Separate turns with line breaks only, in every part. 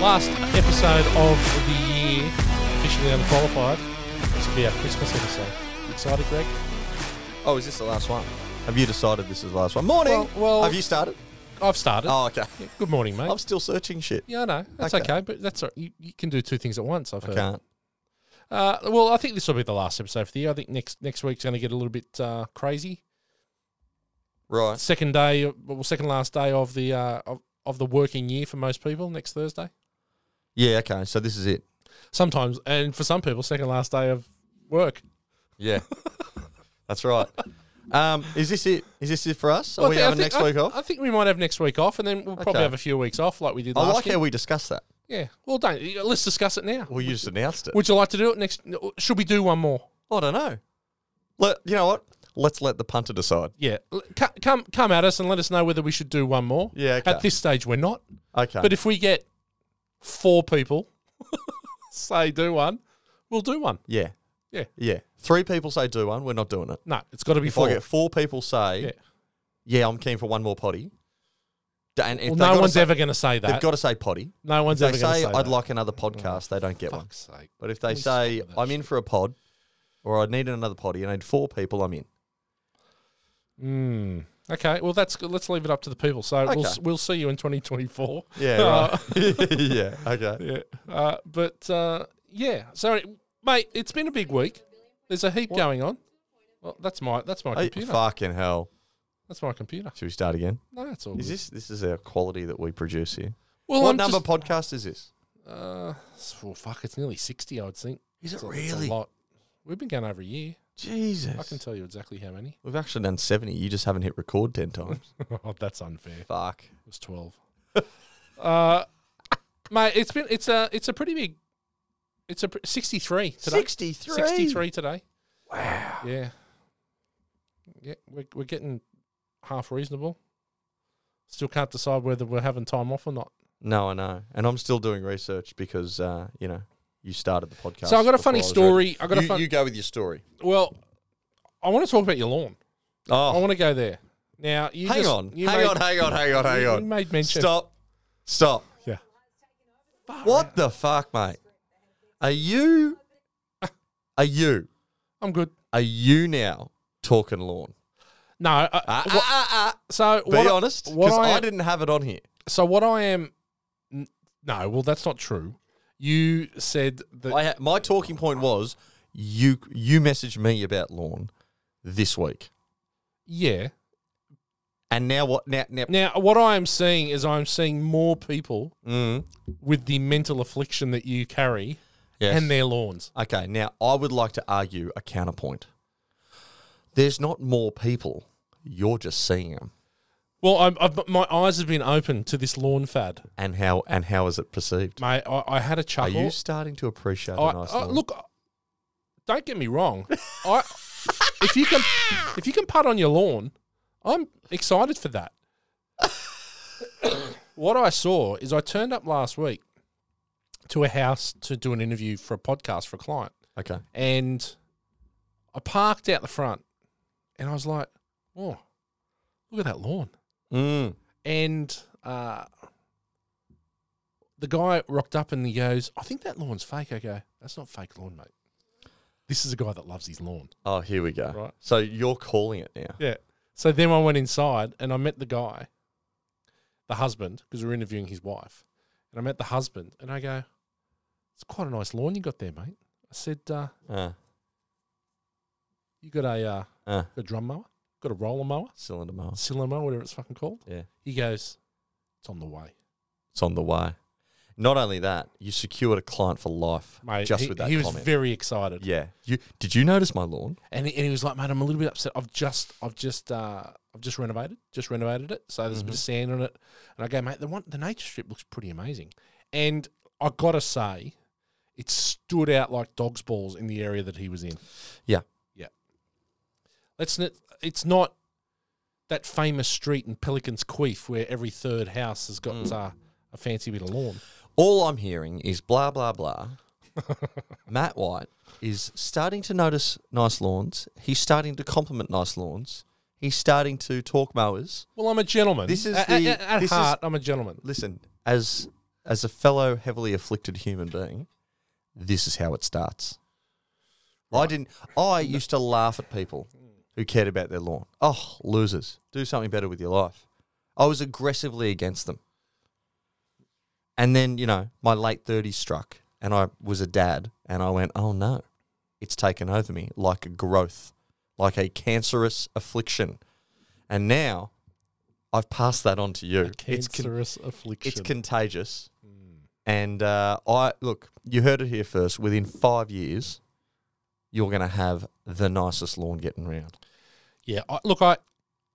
last episode of the year, officially unqualified. This will be our Christmas episode. You Excited, Greg?
Oh, is this the last one? Have you decided this is the last one? Morning.
Well- well-
have you started?
I've started.
Oh, okay.
Good morning, mate.
I'm still searching shit.
yeah, I know. That's okay,
Okay.
but that's all right. You, you can do two things at once, I've
I
heard.
can't.
Uh, well, I think this will be the last episode for the year. I think next next week's going to get a little bit uh, crazy.
Right.
Second day, well, second last day of the uh, of, of the working year for most people. Next Thursday,
Yeah. Okay. So this is it.
sometimes, and for some people, second last day of work.
Yeah. That's right. Um, is this it? Is this it for us? Are we
I
having
think-
next
I-
week off?
I think we might have next week off, and then we'll probably
Okay.
have a few weeks off, like we did
I,
last
like
year.
how we discussed that.
yeah. Well, don't. Let's discuss it now.
Well, you just announced it.
Would you like to do it next? Should we do one more?
I don't know. Let, you know what? Let's let the punter decide.
Yeah. L- c- Come come at us and let us know whether we should do one more.
Yeah, okay.
At this stage, we're not.
Okay.
But if we get four people say do one, we'll do one.
yeah.
Yeah.
Yeah. Three people say do one. We're not doing it.
No, it's got to be
If
four.
I get four people say,
Yeah.
yeah. I'm keen for one more potty. D- And if
well,
they
no
gotta
one's
say-
ever going to say
They've
that.
got to say potty.
no one's
If
ever
they
going to
say,
say,
I'd
that.
like another podcast, they don't get one.
Fuck's sake.
But if they
Please stop
say,
with that
I'm in for a pod, or I need another potty, I need four people, I'm in.
Hmm. Okay. Well, that's good. Let's leave it up to the people. So we'll
Okay.
s- we'll see you in 2024.
Yeah,
Uh,
yeah, okay.
Yeah. Uh, but uh, yeah. Sorry, mate. It's been a big week. There's a heap going on. Well, that's my that's my
Hey,
computer.
fucking hell.
That's my computer.
Should we start again?
No, that's all.
Is
good.
this this is our quality that we produce here?
well,
what
I'm
number
just-
podcast is this?
uh, s- well, fuck. It's nearly 60. I would think.
Is
It's a- it's a lot. We've been going over a year.
Jesus.
I can tell you exactly how many.
We've actually done 70. You just haven't hit record 10 times.
oh, that's unfair. It
Fuck.
was 12. uh, mate, it's been it's a it's a pretty big. It's a pr- 63 today.
63.
63 today. Wow. Yeah. Yeah, we're, we're getting half reasonable. Still can't decide whether we're having time off or not.
No, I know. And I'm still doing research because, uh, you know, you started the podcast.
so I've got a
before
funny
I was ready.
story. I've got
you,
a fun.
you go with your story.
well, I want to talk about your lawn. I
Oh,
want to go there. Now, you
hang
just-
on.
you
Hang
made-
on, hang on, hang on, hang
you
on.
made mention.
Stop. Stop.
Yeah.
What the fuck, mate? Are you are you
I'm good.
are you now talking lawn?
No. I,
Ah,
what-
ah, ah,
so
ah.
Uh,
Be
what I-
honest,
what
because I,
I-
didn't have it on here.
So what I am? n- No. Well, that's not true. You said that.
I ha- my talking point was you you messaged me about lawn this week,
yeah.
and now what? Now, now
Now, what I am seeing is I'm seeing more people
mm,
with the mental affliction that you carry
yes.
and their lawns.
okay. Now I would like to argue a counterpoint. There's not more people. You're just seeing them,
Well, I'm, I've, my eyes have been open to this lawn fad.
and how and how is it perceived?
Mate, I, I had a
Are
chuckle.
you starting to appreciate
I,
a nice
I-
lawn?
look, don't get me wrong. I, if you can, if you can putt on your lawn, I'm excited for that. what I saw is I turned up last week to a house to do an interview for a podcast for a client.
Okay.
and I parked out the front, and I was like, "Oh, look at that lawn!"
Mm.
And uh, the guy rocked up and he goes, "I think that lawn's fake." I go, "That's not fake lawn, mate. This is a guy that loves his lawn."
Oh, here we go.
Right.
So you're calling it now.
Yeah. So then I went inside and I met the guy, the husband, because we were interviewing his wife. And I met the husband and I go, It's quite a nice lawn you got there, mate. I said, uh,
Uh,
You got a uh,
uh,
a drum mower, got a roller mower,
cylinder miles.
cylinder mower, whatever it's fucking called.
Yeah.
He goes, it's on the way,
It's on the way. Not only that, you secured a client for life
mate.
just
he,
with that
he was
comment.
very excited,
yeah. You did you notice my lawn?
and he, and he was like, mate, I'm a little bit upset. I've just, I've just, uh, I've just renovated, just renovated it. So there's a bit of
Mm-hmm.
sand on it, and I go, mate, the one, the nature strip looks pretty amazing, and I gotta say, it stood out like dog's balls in the area that he was in.
Yeah.
yeah. Let's not. It's not. That famous street in Pelican's Queef, where every third house has
Mm.
got uh, a fancy bit of lawn.
All I'm hearing is blah blah blah. Matt White is starting to notice nice lawns. He's starting to compliment nice lawns. He's starting to talk mowers.
Well, I'm a gentleman.
This is
at,
the-
at- at
this is-
heart. I'm a gentleman.
Listen, as as a fellow heavily afflicted human being, this is how it starts. I didn't. I used to laugh at people who cared about their lawn. Oh, losers! Do something better with your life. I was aggressively against them, and then you know my late thirties struck, and I was a dad, and I went, "Oh no, it's taken over me like a growth, like a cancerous affliction," and now I've passed that on to you. It's con-
cancerous affliction.
it's contagious.
Hmm.
And uh, I look, you heard it here first. Within five years, you're going to have the nicest lawn getting round.
yeah. I, look, I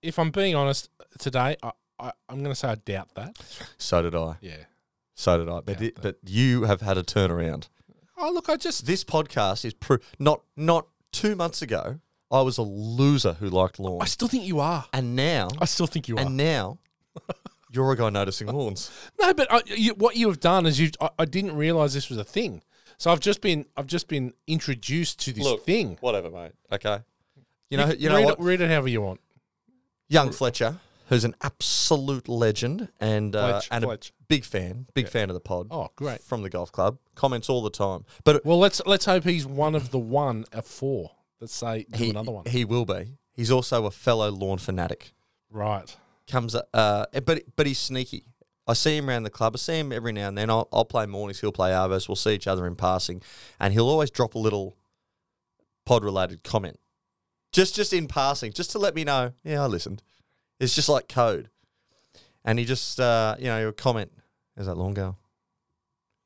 if I'm being honest today, I, I I'm going to say I doubt that.
So did I.
Yeah.
So did I. But
Yeah,
it-
but-
but you have had a turnaround.
Oh look, I just
This podcast is pro- not not two months ago. I was a loser who liked
I
lawns,
still think you are.
and now
I still think you are.
and now you're a guy noticing lawns.
No, but I, you, what you have done is you. I, I didn't realize this was a thing. So I've just been I've just been introduced to this
Look,
thing.
Whatever, mate. Okay. You know. You,
can
know
read
what?
it, read it however you want.
Young Fletcher, who's an absolute legend and uh,
Fletch,
and
Fletch.
a big fan, big fan of the pod.
Oh, great.
From the golf club, comments all the time. But
Well, let's let's hope he's one of the one of four. Let's say do
he,
another one.
he will be. He's also a fellow lawn fanatic.
right.
Comes, uh, but but he's sneaky. I see him around the club. I see him every now and then. I'll, I'll play mornings. He'll play arvos. We'll see each other in passing, and he'll always drop a little pod related comment, just just in passing, just to let me know. Yeah, I listened. It's just like code. and he just uh, you know he'll comment there's that lawn girl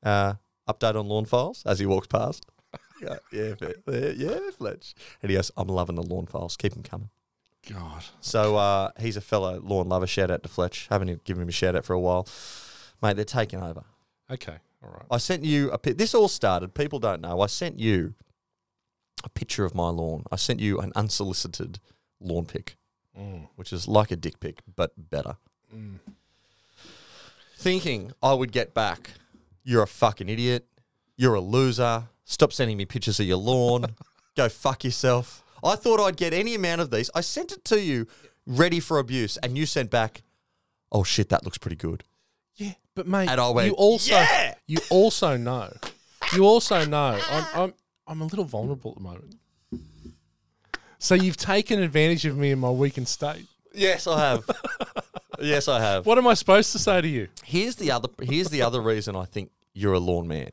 uh, update on lawn files as he walks past yeah yeah, Fe- yeah, yeah Fletch and he goes I'm loving the lawn files keep them coming
God.
so uh, he's a fellow lawn lover shout out to Fletch haven't even given him a shout out for a while mate they're taking over
Okay. All right.
I sent you a pic. This all started. People don't know. I sent you a picture of my lawn. I sent you an unsolicited lawn pic,
Mm.
which is like a dick pic but better.
Mm.
thinking I would get back. You're a fucking idiot. You're a loser. Stop sending me pictures of your lawn. Go fuck yourself. I thought I'd get any amount of these. I sent it to you ready for abuse, and you sent back, oh shit, that looks pretty good.
Yeah, but mate,
And I went,
you also
"Yeah!"
you also know, you also know. I'm I'm I'm a little vulnerable at the moment. So you've taken advantage of me in my weakened state.
Yes, I have. yes, I have.
What am I supposed to say to you?
Here's the other here's the other reason I think you're a lawn man.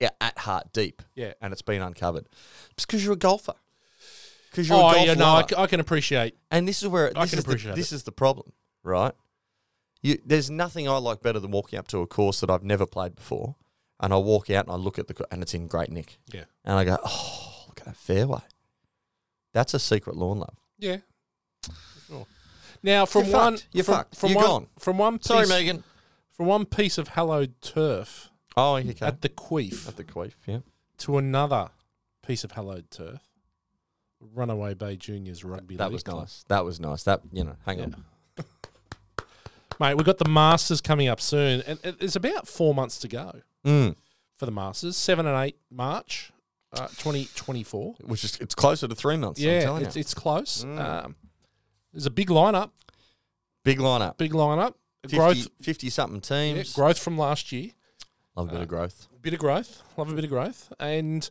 Yeah, at heart deep.
Yeah.
And it's been uncovered. It's because you're a golfer. Because you're a
Oh
golf
yeah, no, I,
lover.
c- I can appreciate.
And this is where
I
this
can
is the-
appreciate
this is the problem, right? You, there's nothing I like better than walking up to a course that I've never played before, and I walk out and I look at the co- and it's in great nick,
Yeah,
and I go, oh, look at that fairway. That's a secret lawn love.
yeah. Sure. Now from
You're
one
fucked. You're
from,
fucked.
from
You're
one
gone.
from one piece,
Sorry, Megan.
from one piece of hallowed turf
Oh, okay. At
at the queef
the, at the queef, yeah.
to another piece of hallowed turf. Runaway Bay Juniors rugby.
That
league
was
club.
nice. That was nice. That you know, hang on.
Mate, we've got the Masters coming up soon, and it- it's about four months to go
Mm.
for the Masters. 7 and 8 March uh, 2024.
Which is it's closer to three months. I'm
yeah,
telling
it's,
you.
it's close.
Mm.
Um, there's a big lineup,
big lineup.
big lineup.
50,
Growth,
50 something
yeah,
teams.
growth from last year.
Love a bit
Uh,
of growth.
Bit of growth. Love a bit of growth. And,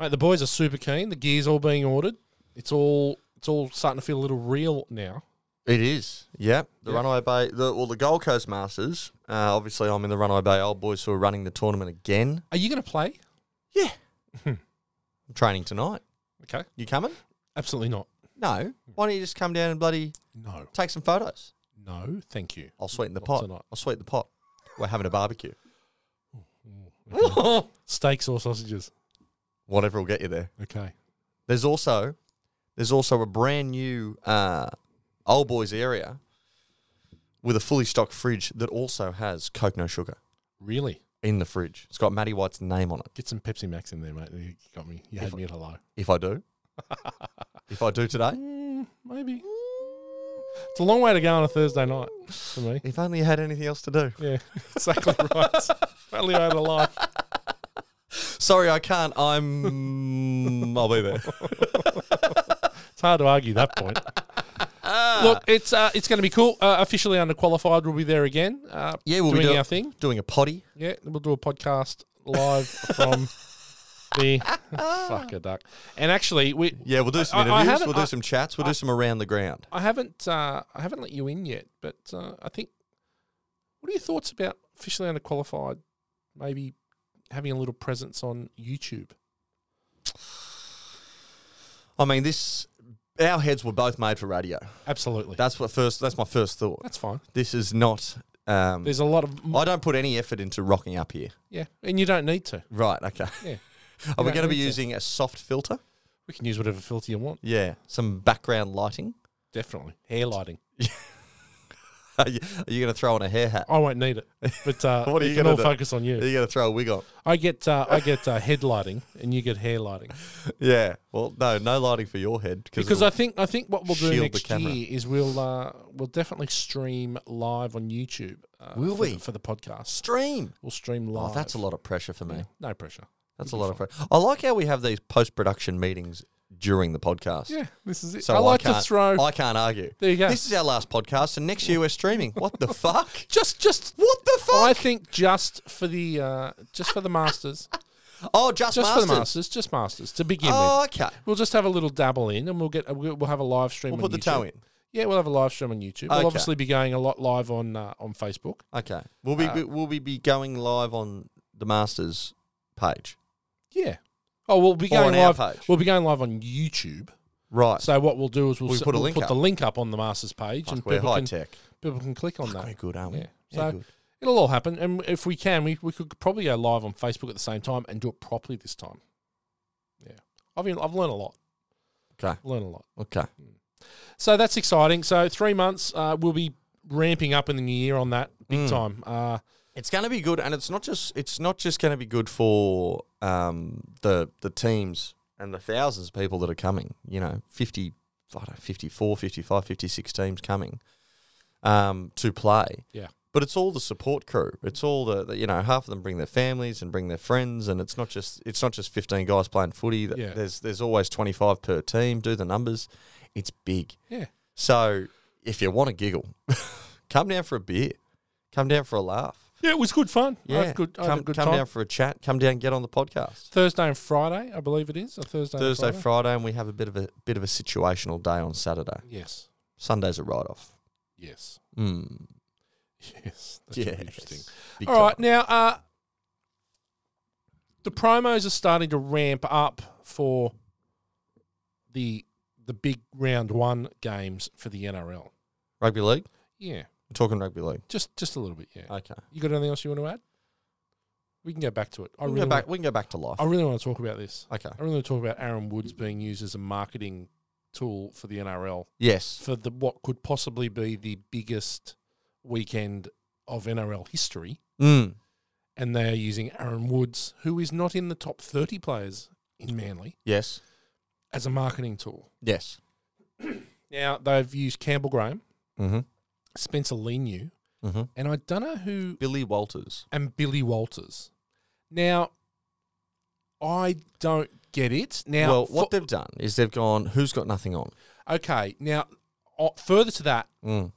mate, the boys are super keen. The gear's all being ordered. It's all it's all starting to feel a little real now.
It is. Yeah. The
Yeah.
Runaway Bay, the, well, the Gold Coast Masters. Uh, obviously, I'm in the Runaway Bay Old Boys who are running the tournament again.
Are you going to play?
Yeah. I'm training tonight.
Okay.
You coming?
Absolutely not.
No. Why don't you just come down and bloody
No.
take some photos?
No, thank you.
I'll sweeten the
Not
pot.
tonight.
I'll sweeten the pot. We're having a barbecue.
Steaks or sausages?
Whatever will get you there.
Okay.
There's also there's also a brand new uh, Old Boys area with a fully stocked fridge that also has Coke No Sugar
Really?
in the fridge. It's got Matty White's name on it.
Get some Pepsi Max in there, mate. You got me. You had me at hello.
If I do. if I do today.
Mm, maybe. It's a long way to go on a Thursday night for me.
If only you had anything else to do.
Yeah, exactly right. Only I had a life.
Sorry, I can't. I'm. I'll be there.
It's hard to argue that point. Look, it's uh, it's going to be cool. Uh, officially underqualified, we'll be there again. Uh,
Yeah, we'll
doing
be doing,
our thing.
doing a potty.
Yeah, we'll do a podcast live from the fuck a duck. And actually, we
Yeah, we'll do some
I- I
interviews.
haven't-
we'll do
I-
some chats. We'll do some around the ground.
I haven't uh, I haven't let you in yet, but uh, I think. What are your thoughts about officially underqualified? Maybe having a little presence on YouTube.
I mean, this. Our heads were both made for radio.
Absolutely,
That's what first. That's my first thought.
that's fine.
This is not. Um,
There's a lot of
I don't put any effort into rocking up here.
yeah, and you don't need to.
Right. Okay.
Yeah.
Are we
don't
going to be
need to.
using a soft filter?
We can use whatever filter you want.
Yeah. Some background lighting.
Definitely hair lighting.
Are you, are you going to throw on a hair hat?
I won't need it, but uh,
What are
we
you
can
gonna
all
do?
focus on
Are
you.
you going to throw a wig on?
I get uh, I get uh, head lighting, and you get hair lighting.
Yeah. Well, no, no lighting for your head
Because I think I think what we'll do
shield the
next
camera.
year is we'll uh, we'll definitely stream live on YouTube. Uh,
Will
for,
we?
for the podcast?
stream.
We'll stream live.
Oh, that's a lot of pressure for me.
Yeah, no pressure.
That's a
It'll
lot
be
of pressure. I like how we have these post production meetings during the podcast.
Yeah, this is it.
So
I like to
can't-
throw.
I can't argue.
there you go.
This is our last podcast, and next year we're streaming. What the fuck?
just just
What the fuck?
I think just for the uh, just for the masters,
oh, just,
just
masters.
for the masters, just masters to begin with.
Oh, okay.
We'll just have a little dabble in, and we'll get uh, we'll we'll have a live stream.
We'll
on
put the
YouTube.
toe in.
Yeah, we'll have a live stream on YouTube. We'll
Okay.
obviously be going a lot live on uh, on Facebook.
Okay. We'll be we- we'll be, be going live on the masters page.
Yeah. Oh, we'll be
Or
going
on our
live.
page.
We'll be going live on YouTube.
Right.
So what we'll do is we'll,
We
s-
put a
we'll
link
put
up.
the link up on the masters page,
Fuck,
and
we're
people
high
can
tech.
people can click on that.
We're good, aren't we?
Yeah.
Yeah,
So
good.
it'll all happen, and if we can, we, we could probably go live on Facebook at the same time and do it properly this time. Yeah, I've been, I've learned a lot.
Okay.
learned a lot.
Okay.
So that's exciting. So three months, uh, we'll be ramping up in the new year on that big
Mm.
time. Uh,
It's going to be good, and it's not just it's not just going to be good for um, the the teams and the thousands of people that are coming. You know, 50, I don't know, 54, 55, 56 teams coming um, to play.
Yeah.
But it's all the support crew. It's all the, the you know half of them bring their families and bring their friends, and it's not just it's not just fifteen guys playing footy. Th-
Yeah.
There's there's always twenty five per team. Do the numbers. It's big.
Yeah.
So if you want to giggle, come down for a beer. Come down for a laugh.
yeah, it was good fun. I
Yeah,
had good, I had
come,
a good
come
time.
down for a chat. Come down, get on the podcast.
Thursday and Friday, I believe it is. Or Thursday, and
Thursday,
Friday.
Friday. and we have a bit of a bit of a situational day on Saturday.
yes,
Sunday's a write off.
yes,
Mm.
yes. That should be interesting.
Big
All right, now uh, the promos are starting to ramp up for the the big round one games for the NRL.
Rugby league.
Yeah,
We're talking rugby league.
just just a little bit. Yeah,
Okay.
you got anything else you want to add? We can go back to it. I
we, can
really,
go back, we can go back to life.
want, I really want to talk about this.
Okay.
I really want to talk about Aaron
Mm.
Woods being used as a marketing tool for the NRL
Yes.
for the what could possibly be the biggest weekend of NRL history.
Mm.
and they are using Aaron Woods, who is not in the top 30 players in Manly,
Yes.
as a marketing tool.
Yes.
Now, they've used Campbell Graham,
Mm-hmm.
Spencer Lenu,
Mm-hmm.
and I don't know who,
Billy Walters.
and Billy Walters. Now, I don't get it. Now,
well, what
for-
they've done is they've gone. Who's got nothing on?
okay, now, uh, further to that,
Mm.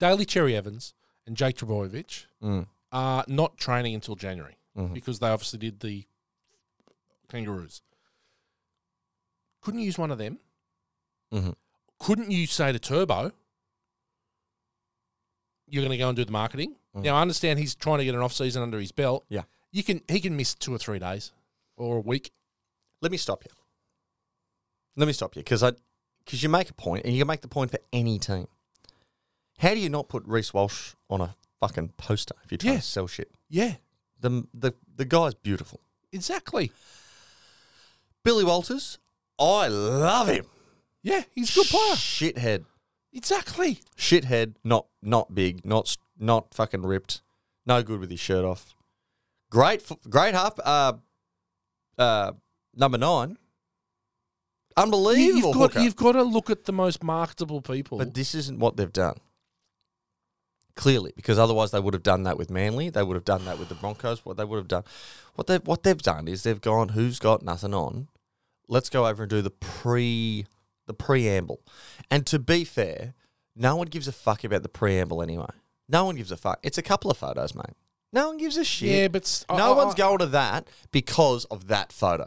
Daly Cherry Evans and Jake Trebojevic
Mm.
are not training until January
Mhm.
because they obviously did the Kangaroos. Couldn't use one of them.
Mm-hmm.
couldn't you say to Turbo, you're going to go and do the marketing?
Mm.
Now I understand he's trying to get an off season under his belt.
Yeah.
you can. He can miss two or three days or a week.
let me stop you. Let me stop you because I because you make a point and you can make the point for any team. How do you not put Reese Walsh on a fucking poster if you're trying
Yeah.
to sell shit?
Yeah,
The the the guy's beautiful.
exactly.
Billy Walters, I love him.
Yeah, he's a good player.
Shithead,
Exactly.
shithead. Not not big. Not s- not fucking ripped. No good with his shirt off. Great f- great half. Uh, uh, number nine. Unbelievable.
You've got
hooker.
you've got to look at the most marketable people.
But this isn't what they've done. Clearly, because otherwise they would have done that with Manly, they would have done that with the Broncos. What they would have done, what they what they've done is they've gone, who's got nothing on? Let's go over and do the pre the preamble. And to be fair, no one gives a fuck about the preamble anyway. No one gives a fuck. It's a couple of photos, mate. No one gives a shit.
Yeah, but s- I-
no
I-
one's
I-
going to that because of that photo.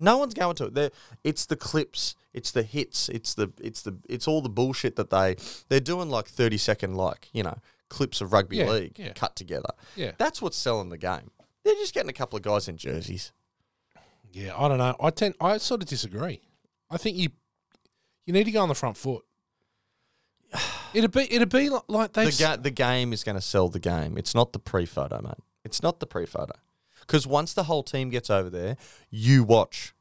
No one's going to it. They're, it's the clips, it's the hits, it's the it's the it's all the bullshit that they they're doing like thirty second like you know clips of rugby
Yeah,
league
yeah.
cut together.
Yeah.
that's what's selling the game. They're just getting a couple of guys in jerseys.
Yeah, I don't know. I tend, I sort of disagree. I think you, you need to go on the front foot. It'd be, it'd be li- like they.
The, ga- the game is going to sell the game. It's not the pre photo, mate. It's not the pre photo. Because once the whole team gets over there, you watch.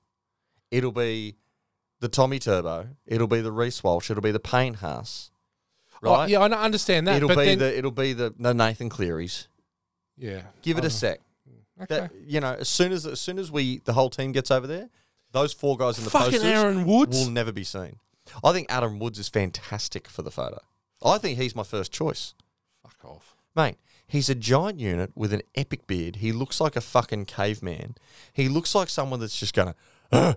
It'll be the Tommy Turbo. It'll be the Reese Walsh. It'll be the Payne Haas.
Oh,
Right?
yeah, I don't understand that.
it'll
but
be
then,
the it'll be the, the Nathan Clearys.
yeah.
Give it
I
a
don't-
sec.
Oh, Okay.
That, you know, as soon as as soon as we the whole team gets over there, those four guys in the
Fucking
posters
Aaron Woods.
will never be seen. I think Adam Woods is fantastic for the photo. I think he's my first choice.
Fuck off.
Mate, he's a giant unit with an epic beard. He looks like a fucking caveman. He looks like someone that's just gonna. "Uh,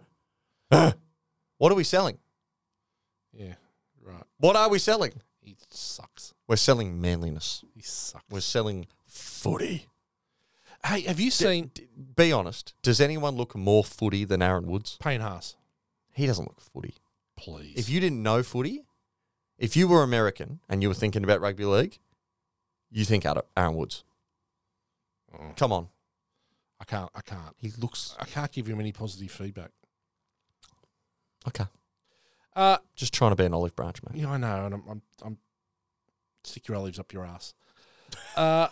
uh." What are we selling?
Yeah. Right.
What are we selling?
He sucks.
We're selling manliness.
He sucks.
We're selling footy.
Hey, have you seen
D- Be honest. Does anyone look more footy than Aaron Woods?
Payne Haas?
He doesn't look footy.
Please.
If you didn't know footy, if you were American and you were thinking about rugby league, you think Ad- Aaron Woods.
Oh,
Come on.
I can't. I can't.
He looks
I can't give him any positive feedback.
okay.
Uh,
Just trying to be an olive branch, mate.
yeah, I know, and I'm, I'm, I'm stick your olives up your ass. Uh,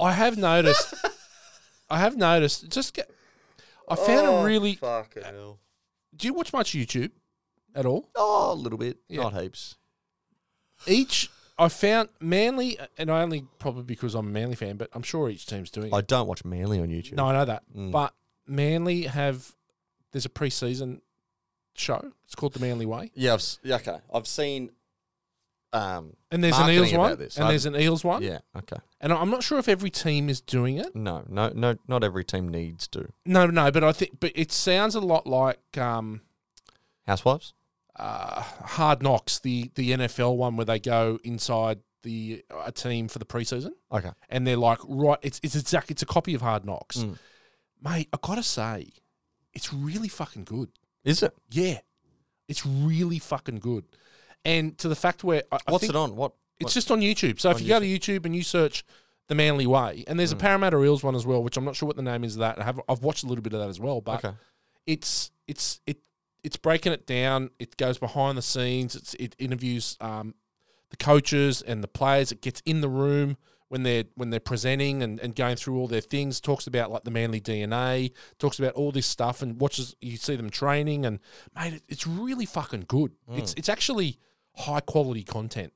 I have noticed. I have noticed. Just get. I found a really.
Oh, Fucking hell.
Do you watch much YouTube at all?
Oh, a little bit,
Yeah.
not heaps.
Each I found Manly, and I only probably because I'm a Manly fan, but I'm sure each team's doing it.
I don't watch Manly on YouTube.
No, I know that.
Mm.
But Manly have there's a preseason show. It's called the Manly Way,
yeah, I've, s- yeah, okay. I've seen. Um,
and there's
Marketing
an Eels
about
one,
this.
and
I
there's an Eels one.
yeah, okay.
And I- I'm not sure if every team is doing it.
No, no, no. Not every team needs to.
No, no, but I think, but it sounds a lot like um,
Housewives.
uh, Hard Knocks, the the NFL one where they go inside the a team for the preseason,
Okay.
and they're like, right, it's it's exact, it's a copy of Hard Knocks,
Mm.
mate. I gotta say, it's really fucking good.
Is it?
Yeah, it's really fucking good. And to the fact where I, I
What's
think
it on? What?
it's just on YouTube. So if
On Mm.
you go to YouTube and you search the Manly Way, and there's a Parramatta Eels one as well, which I'm not sure what the name is. Of that I have I've watched a little bit of that as well, but
okay.
it's it's it it's breaking it down. It goes behind the scenes. It's it interviews um, the coaches and the players. It gets in the room when they're when they're presenting and, and going through all their things. Talks about like the manly DNA. Talks about all this stuff and watches. You see them training and mate, it, it's really fucking good. It's it's actually high quality content.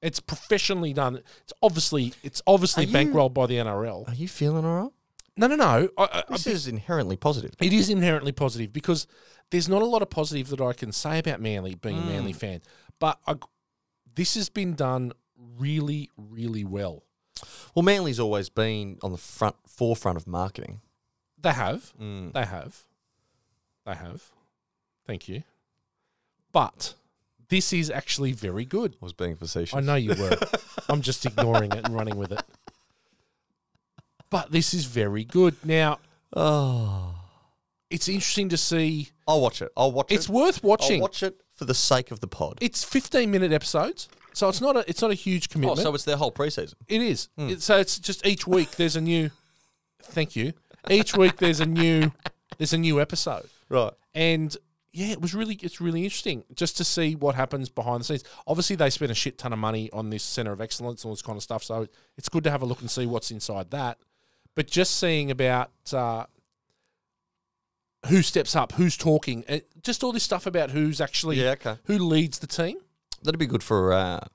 It's professionally done. It's obviously it's obviously
Are you-
bankrolled by the NRL.
Are you feeling all right?
No, no, no. I, I,
This is inherently positive.
it is inherently positive because there's not a lot of positive that I can say about Manly being a Manly fan, but I, this has been done really, really well.
Well, Manly's always been on the front forefront of marketing.
They have,
Mm.
they have, they have. Thank you, but this is actually very good.
I was being facetious.
I know you were. I'm just ignoring it and running with it. But this is very good. Now
Oh.
it's interesting to see.
I'll watch it. I'll watch
It's
it.
worth
I'll
watching.
watch it for the sake of the pod.
It's 15 minute episodes, so it's not a it's not a huge
oh,
commitment.
so Hmm. it's their whole preseason.
It is. It- so it's just each week there's a new. Thank you. Each week there's a new there's a new episode,
Right.
and yeah, it was really it's really interesting just to see what happens behind the scenes. Obviously, they spent a shit ton of money on this center of excellence and all this kind of stuff, so it's good to have a look and see what's inside that. But just seeing about uh, who steps up, who's talking, and just all this stuff about who's actually
Yeah, okay.
who leads the team.
That'd be good for uh,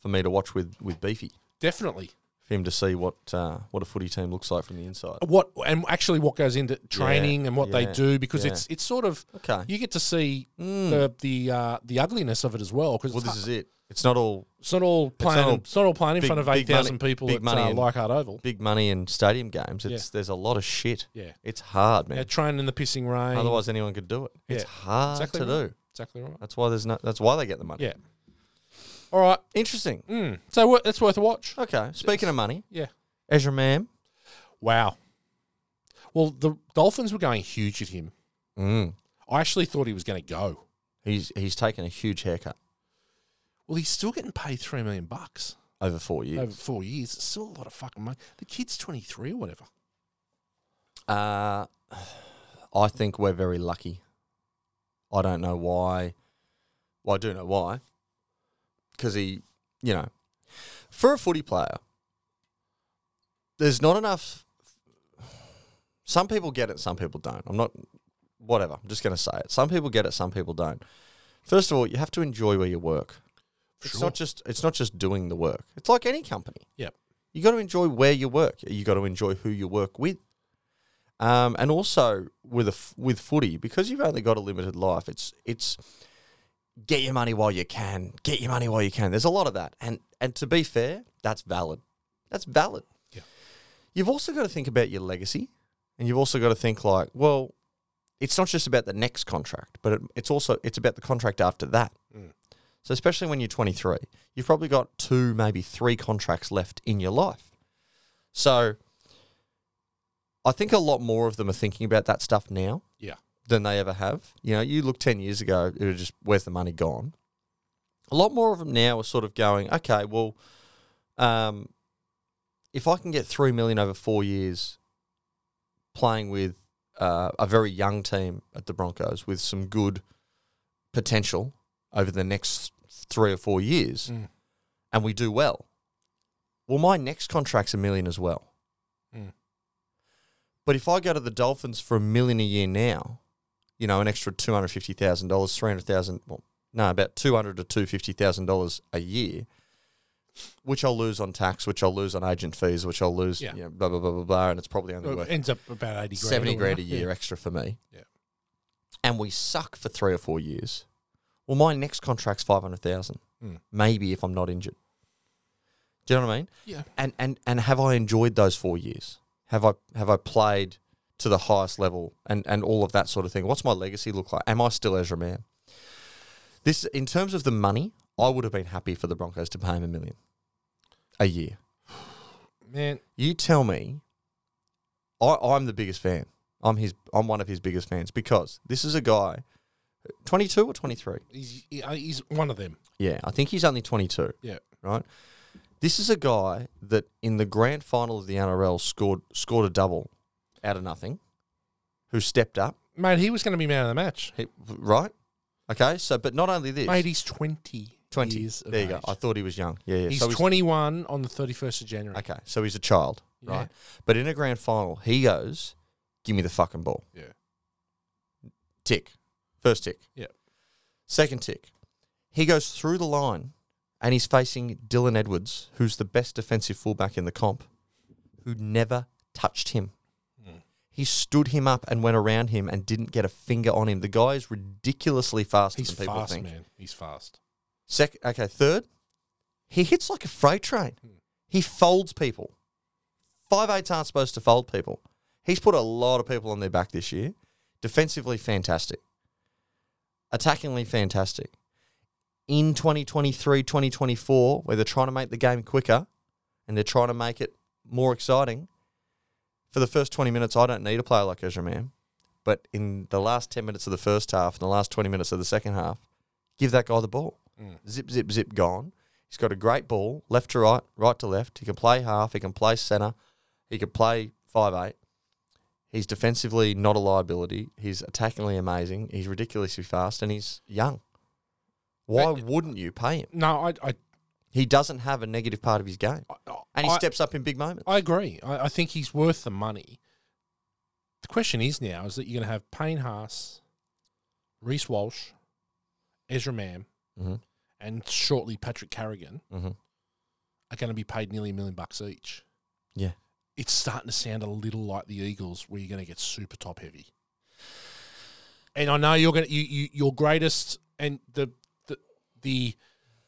for me to watch with with Beefy.
Definitely,
If for him to see what uh, what a footy team looks like from the inside.
What and actually what goes into training and what they
yeah,
do because
yeah.
it's it's sort of
Okay.
you get to see
Mm.
the the uh, the ugliness of it as well because
well,
it's,
this is it. It's not all
it's not all playing
all
it's not all playing in
big-
front of
big money-
eight thousand people
big
at
money
uh,
and-
Leichhardt Oval.
big money and stadium games. It's there's a lot of shit.
Yeah.
It's hard,
They're
man.
training in the pissing rain.
Otherwise, anyone could do it. It's
Yeah.
hard
Exactly
to
right.
do.
exactly right.
That's why there's no. That's why they get the money.
Yeah. All right.
Interesting.
Mm. So wor- it's worth a watch.
Okay. Speaking of money,
Yeah.
Ezra Mam.
Wow. Well, the Dolphins were going huge at him.
Mm.
I actually thought he was going to go.
He's he's taken a huge haircut
Well, he's still getting paid three million bucks
over four years.
over four years. It's still a lot of fucking money. The kid's twenty three or whatever.
Uh, I think we're very lucky. I don't know why. Well, I do know why. Because he, you know, for a footy player, there's not enough. Some people get it, some people don't. I'm not, whatever. I'm just going to say it. Some people get it, some people don't. First of all, you have to enjoy where you work. It's
Sure.
not just it's not just doing the work. It's like any company.
Yep.
You got to enjoy where you work. You got to enjoy who you work with. Um, and also with a f- with footy because you've only got a limited life. It's it's get your money while you can. Get your money while you can. There's a lot of that. And and to be fair, that's valid. That's valid.
Yeah.
You've also got to think about your legacy, and you've also got to think like, well, it's not just about the next contract, but it, it's also it's about the contract after that. So especially when you're 23, you've probably got two, maybe three contracts left in your life. So I think a lot more of them are thinking about that stuff now
Yeah.
than they ever have. You know, you look 10 years ago, it was just where's the money gone? A lot more of them now are sort of going, okay, well, um, if I can get 3 million over four years playing with uh, a very young team at the Broncos with some good potential over the next three or four years
Mm.
and we do well, well, my next contract's a million as well.
Mm.
But if I go to the Dolphins for a million a year now, you know, an extra two hundred fifty thousand dollars, three hundred thousand, well, no, about two hundred to two fifty thousand dollars a year, which I'll lose on tax, which I'll lose on agent fees, which I'll lose,
Yeah.
you know, blah blah blah blah blah, and it's probably only
Well,
worth
it ends up about eighty grand.
seventy
or
grand a
whatever.
year extra for me.
Yeah.
And we suck for three or four years. Well, my next contract's five hundred thousand,
Mm.
maybe if I'm not injured. Do you know what I mean?
Yeah.
And and and have I enjoyed those four years? Have I have I played to the highest level and and all of that sort of thing? What's my legacy look like? Am I still Ezra Man? This in terms of the money, I would have been happy for the Broncos to pay him a million a year.
Man,
You tell me. I, I'm the biggest fan. I'm his. I'm one of his biggest fans because this is a guy, 22 or 23.
he's he- uh, he's one of them.
Yeah, I think he's only 22.
Yeah.
Right. This is a guy that in the grand final of the NRL scored scored a double out of nothing. Who stepped up?
Mate, he was going to be man of the match.
He, right. Okay. So, but not only this.
Mate, he's twenty.
20.
Years of
there you go.
age.
I thought he was young. Yeah. yeah.
He's
so he's-
twenty one on the thirty first of January.
Okay, so he's a child,
Yeah.
right? But in a grand final, he goes, "Give me the fucking ball."
Yeah.
Tick. First tick.
Yeah.
Second tick. He goes through the line, and he's facing Dylan Edwards, who's the best defensive fullback in the comp, who never touched him.
Hmm.
He stood him up and went around him and didn't get a finger on him. The guy is ridiculously faster
He's
than people
fast,
think.
man. He's fast.
Sec- okay, third, he hits like a freight train. He folds people. Five eights aren't supposed to fold people. He's put a lot of people on their back this year. Defensively, fantastic. Attackingly, fantastic. In 2023, 2024, where they're trying to make the game quicker and they're trying to make it more exciting, for the first 20 minutes, I don't need a player like Ezra Man. But in the last 10 minutes of the first half and the last 20 minutes of the second half, give that guy the ball. Zip, zip, zip, gone. He's got a great ball, left to right, right to left. He can play half, he can play centre, he can play five eight. He's defensively not a liability. He's attackingly amazing. He's ridiculously fast and he's young. Why wouldn't you pay him?
No, I I
He doesn't have a negative part of his game
I-
and he
I-
steps up in big moments.
I agree. I, I think he's worth the money. The question is now is that you're going to have Payne Haas, Reese Walsh, Ezra Mam,
Mhm.
and shortly Patrick Carrigan.
Mhm.
are going to be paid nearly a million bucks each.
Yeah.
It's starting to sound a little like the Eagles, where you're going to get super top heavy. And I know you're going to you, you your greatest and the the, the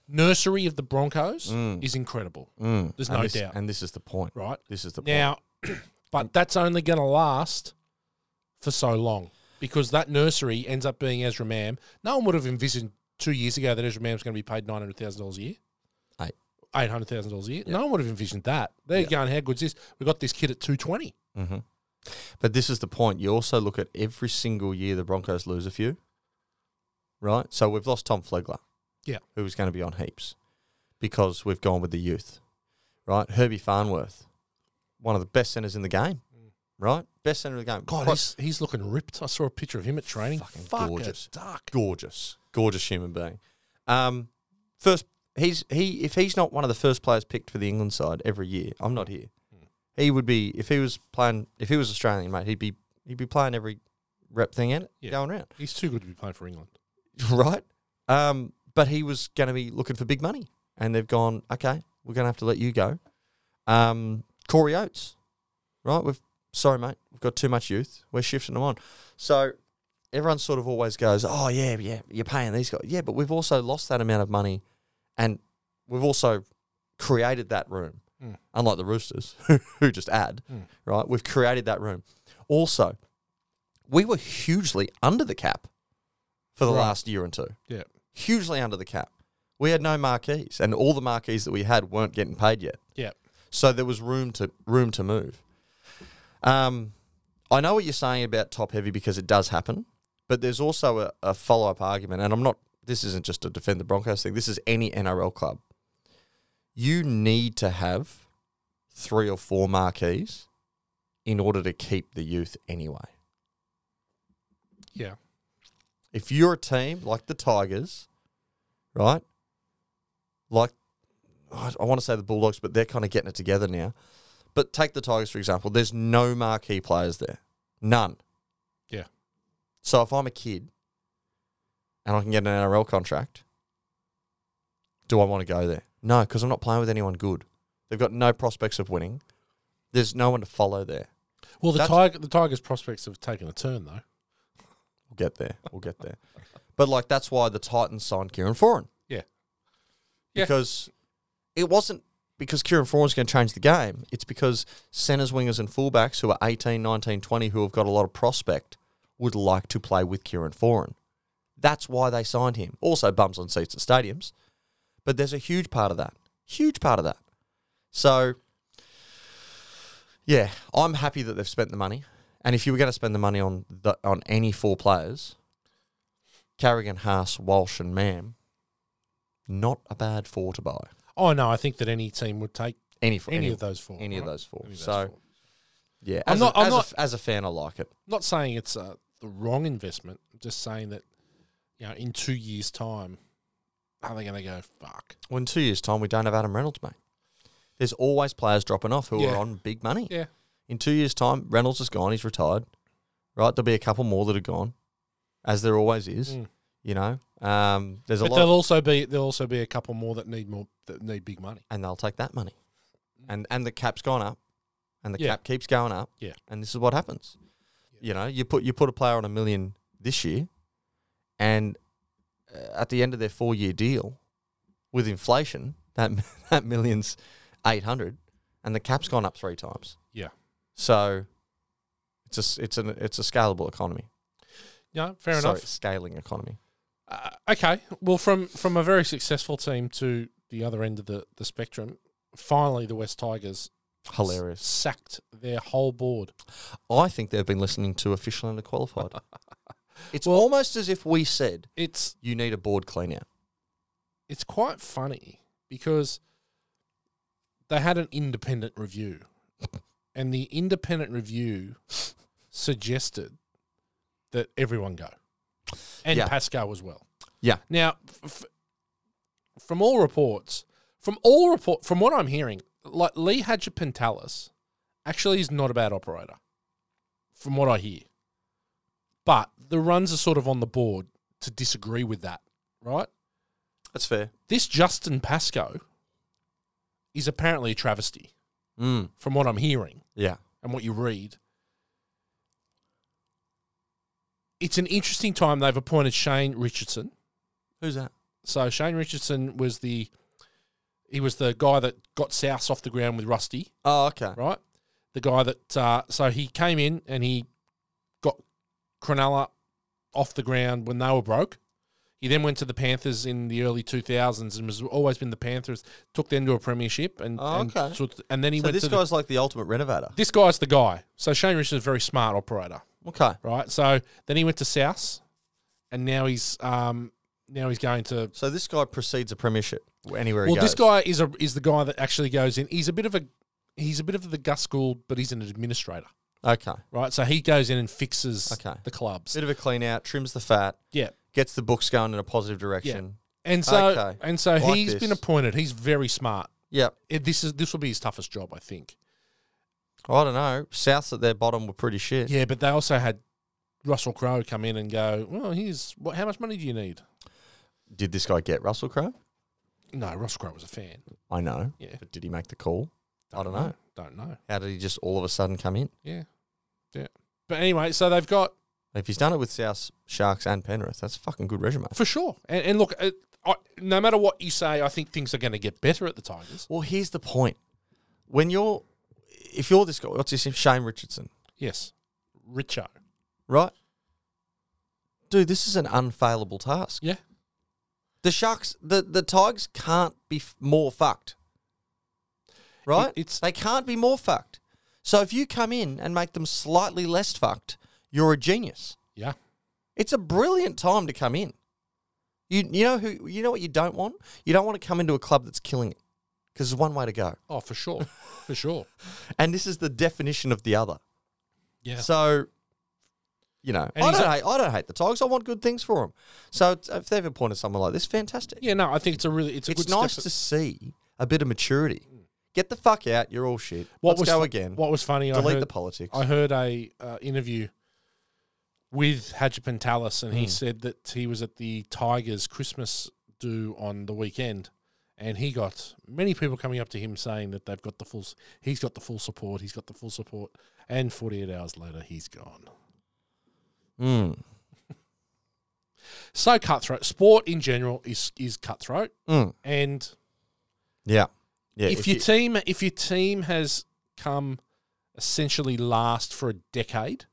nursery of the Broncos
Mm.
is incredible,
Mm.
There's
And
no
this-
doubt.
And this is the point.
right?
This is the
Now, but that's only going to last for so long because that nursery ends up being Ezra Mam. No one would have envisioned two years ago that Ezra Mam's going to be paid nine hundred thousand dollars a year.
Eight.
Eight hundred thousand dollars a year. No one would have envisioned that. They're
Yeah.
going, "How good's this? We got this kid at two twenty.
point. hmm But this is the point. You also look at every single year the Broncos lose a few, right? So we've lost Tom Flegler,
Yeah.
who was going to be on heaps because we've gone with the youth, right? Herbie Farnworth, one of the best centers in the game, right? Best center of the game.
Mm. God,
Quite
he's, he's looking ripped. I saw a picture of him at training.
Fucking
Fuck,
gorgeous.
it's Dark.
gorgeous, gorgeous human being. Um, first, he's he if he's not one of the first players picked for the England side every year, I'm not here. He would be if he was playing if he was Australian, mate. He'd be he'd be playing every rep thing in it
Yeah.
going round,
He's too good to be playing for England.
right? Um, but he was going to be looking for big money, and they've gone okay. We're going to have to let you go. Um, Corey Oates, right? We've sorry, mate. We've got too much youth. We're shifting them on. So everyone sort of always goes, "Oh yeah, yeah, you're paying these guys." Yeah, but we've also lost that amount of money, and we've also created that room.
Mm.
Unlike the Roosters, who, who just add,
Mm.
right? We've created that room. Also, we were hugely under the cap for the
Right.
last year and two.
Yeah.
hugely under the cap. We had no marquees, and all the marquees that we had weren't getting paid yet.
Yeah.
So there was room to room to move. Um, I know what you're saying about top heavy because it does happen, but there's also a, a follow up argument, and I'm not. This isn't just a defend the Broncos thing. This is any NRL club. You need to have three or four marquees in order to keep the youth anyway.
Yeah.
If you're a team like the Tigers, right? Like, I I want to say the Bulldogs, but they're kind of getting it together now. But take the Tigers, for example. There's no marquee players there. None.
Yeah.
So if I'm a kid and I can get an NRL contract, do I want to go there? No, because I'm not playing with anyone good. They've got no prospects of winning. There's no one to follow there.
Well, the
That's-
tiger the Tigers' prospects have taken a turn though.
We'll get there. We'll get there. but like that's why the Titans signed Kieran Foran.
Yeah. Yeah.
Because it wasn't because Kieran Foran's going to change the game. It's because centers, wingers and fullbacks who are 18, 19, 20 who have got a lot of prospect would like to play with Kieran Foran. That's why they signed him. Also bums on seats at stadiums. But there's a huge part of that. Huge part of that. So yeah, I'm happy that they've spent the money. And if you were going to spend the money on the, on any four players, Carrigan, Haas, Walsh, and Mam, not a bad four to buy.
Oh no, I think that any team would take
Any four,
any,
any,
of those four.
any of
right?
those four.
Any of those
so
four.
yeah,
I'm
as,
not-
a,
I'm
as,
not-
a, as a fan, I like it.
not saying it's uh, the wrong investment. I'm just saying that you know, in two years' time, are they going to go fuck?
Well, in two years' time, we don't have Adam Reynolds, mate. There's always players dropping off who
Yeah.
are on big money.
Yeah.
In two years' time, Reynolds is gone. He's retired. Right, there'll be a couple more that are gone, as there always is.
Mm.
You know, um, there's a
But
lot.
there'll also be there'll also be a couple more that need more that need big money.
and they'll take that money. And and the cap's gone up, and the
Mm. Yeah.
cap keeps going up.
Yeah.
And this is what happens. You know, you put you put a player on a million this year, and uh, at the end of their four year deal, with inflation, that that million's eight hundred, and the cap's gone up three times.
Yeah.
So. It's a, s- it's an it's a scalable economy.
Yeah, fair
Sorry,
enough.
Scaling economy.
Uh, okay, well, from from a very successful team to the other end of the the spectrum, finally the West Tigers
Hilarious.
sacked their whole board.
I think they've been listening to official and qualified. it's
Well-
almost as if we said
It's
you need a board clean out.
it's quite funny because they had an independent review, and the independent review suggested that everyone go, and
Yeah.
Pascal as well.
Yeah.
Now, f- f- from all reports, from all report, from what I'm hearing, like Lee Hadjipintalis actually is not a bad operator, from what I hear. But the runs are sort of on the board to disagree with that, right?
That's fair.
this Justin Pascoe is apparently a travesty,
Mm.
from what I'm hearing
Yeah.
and what you read. It's an interesting time they've appointed Shane Richardson.
Who's that?
So Shane Richardson was the he was the guy that got South off the ground with Rusty,
Oh, okay.
right? The guy that uh, so he came in and he got Cronulla off the ground when they were broke. He then went to the Panthers in the early two thousands and was always been the Panthers. Took them to a premiership and
Oh,
and,
okay.
sort of- and then he
So
went
this
to the-
guy's like the ultimate renovator.
this guy's the guy. So Shane Richardson's a very smart operator
Okay.
right? So then he went to South, and now he's um now he's going to.
So this guy precedes a premiership anywhere
Well,
he goes.
this guy is a is the guy that actually goes in. He's a bit of a he's a bit of the Gus Gould, but he's an administrator,
Okay.
right? So he goes in and fixes
Okay.
the clubs.
Bit of a clean out, trims the fat,
yeah,
gets the books going in a positive direction.
and so
Okay.
and so he's
Like
been
this.
appointed. He's very smart.
Yep.
It- this is this will be his toughest job, I think.
I don't know. Souths at their bottom were pretty shit.
Yeah, but they also had Russell Crowe come in and go. Well, here's what. How much money do you need?
Did this guy get Russell Crowe?
No, Russell Crowe was a fan.
I know.
Yeah.
But did he make the call? I don't know.
Don't know.
How did he just all of a sudden come in?
Yeah, yeah. But anyway, so they've got
If he's done it with South Sharks and Penrith, that's a fucking good resume.
For sure. And, and look, it, I, no matter what you say, I think things are going to get better at the Tigers.
Well, here's the point. When you're, if you're this guy, what's his name? Shane Richardson,
Yes. Richo.
right? Dude, this is an unfailable task.
Yeah.
The Sharks, the, the Tigers can't be f- more fucked, right?
It- it's-
they can't be more fucked. So if you come in and make them slightly less fucked, you're a genius.
Yeah.
It's a brilliant time to come in. You you know who you know what you don't want? You don't want to come into a club that's killing it because there's one way to go,
Oh, for sure. for sure.
and this is the definition of the other.
Yeah.
So, you know,
And
I
he's
don't hate I don't hate the Tigers. I want good things for them. So it's- if they've appointed someone like this, fantastic.
yeah, no, I think it's a really, it's a
it's
good
nice
step.
to see a bit of maturity. Get the fuck out. You're all shit. Let's
was
go
fu-
again.
What was funny, I
Delete
heard,
the politics.
I heard a uh, interview with Hadjipan Talis,
Hmm.
and he said that he was at the Tigers Christmas do on the weekend, and he got many people coming up to him saying that they've got the full, s- he's got the full support, he's got the full support, and 48 hours later, he's gone.
Mm.
so cutthroat. Sport in general is is cutthroat,
Mm.
and
Yeah. Yeah.
if, your team if your team has come essentially last for a decade,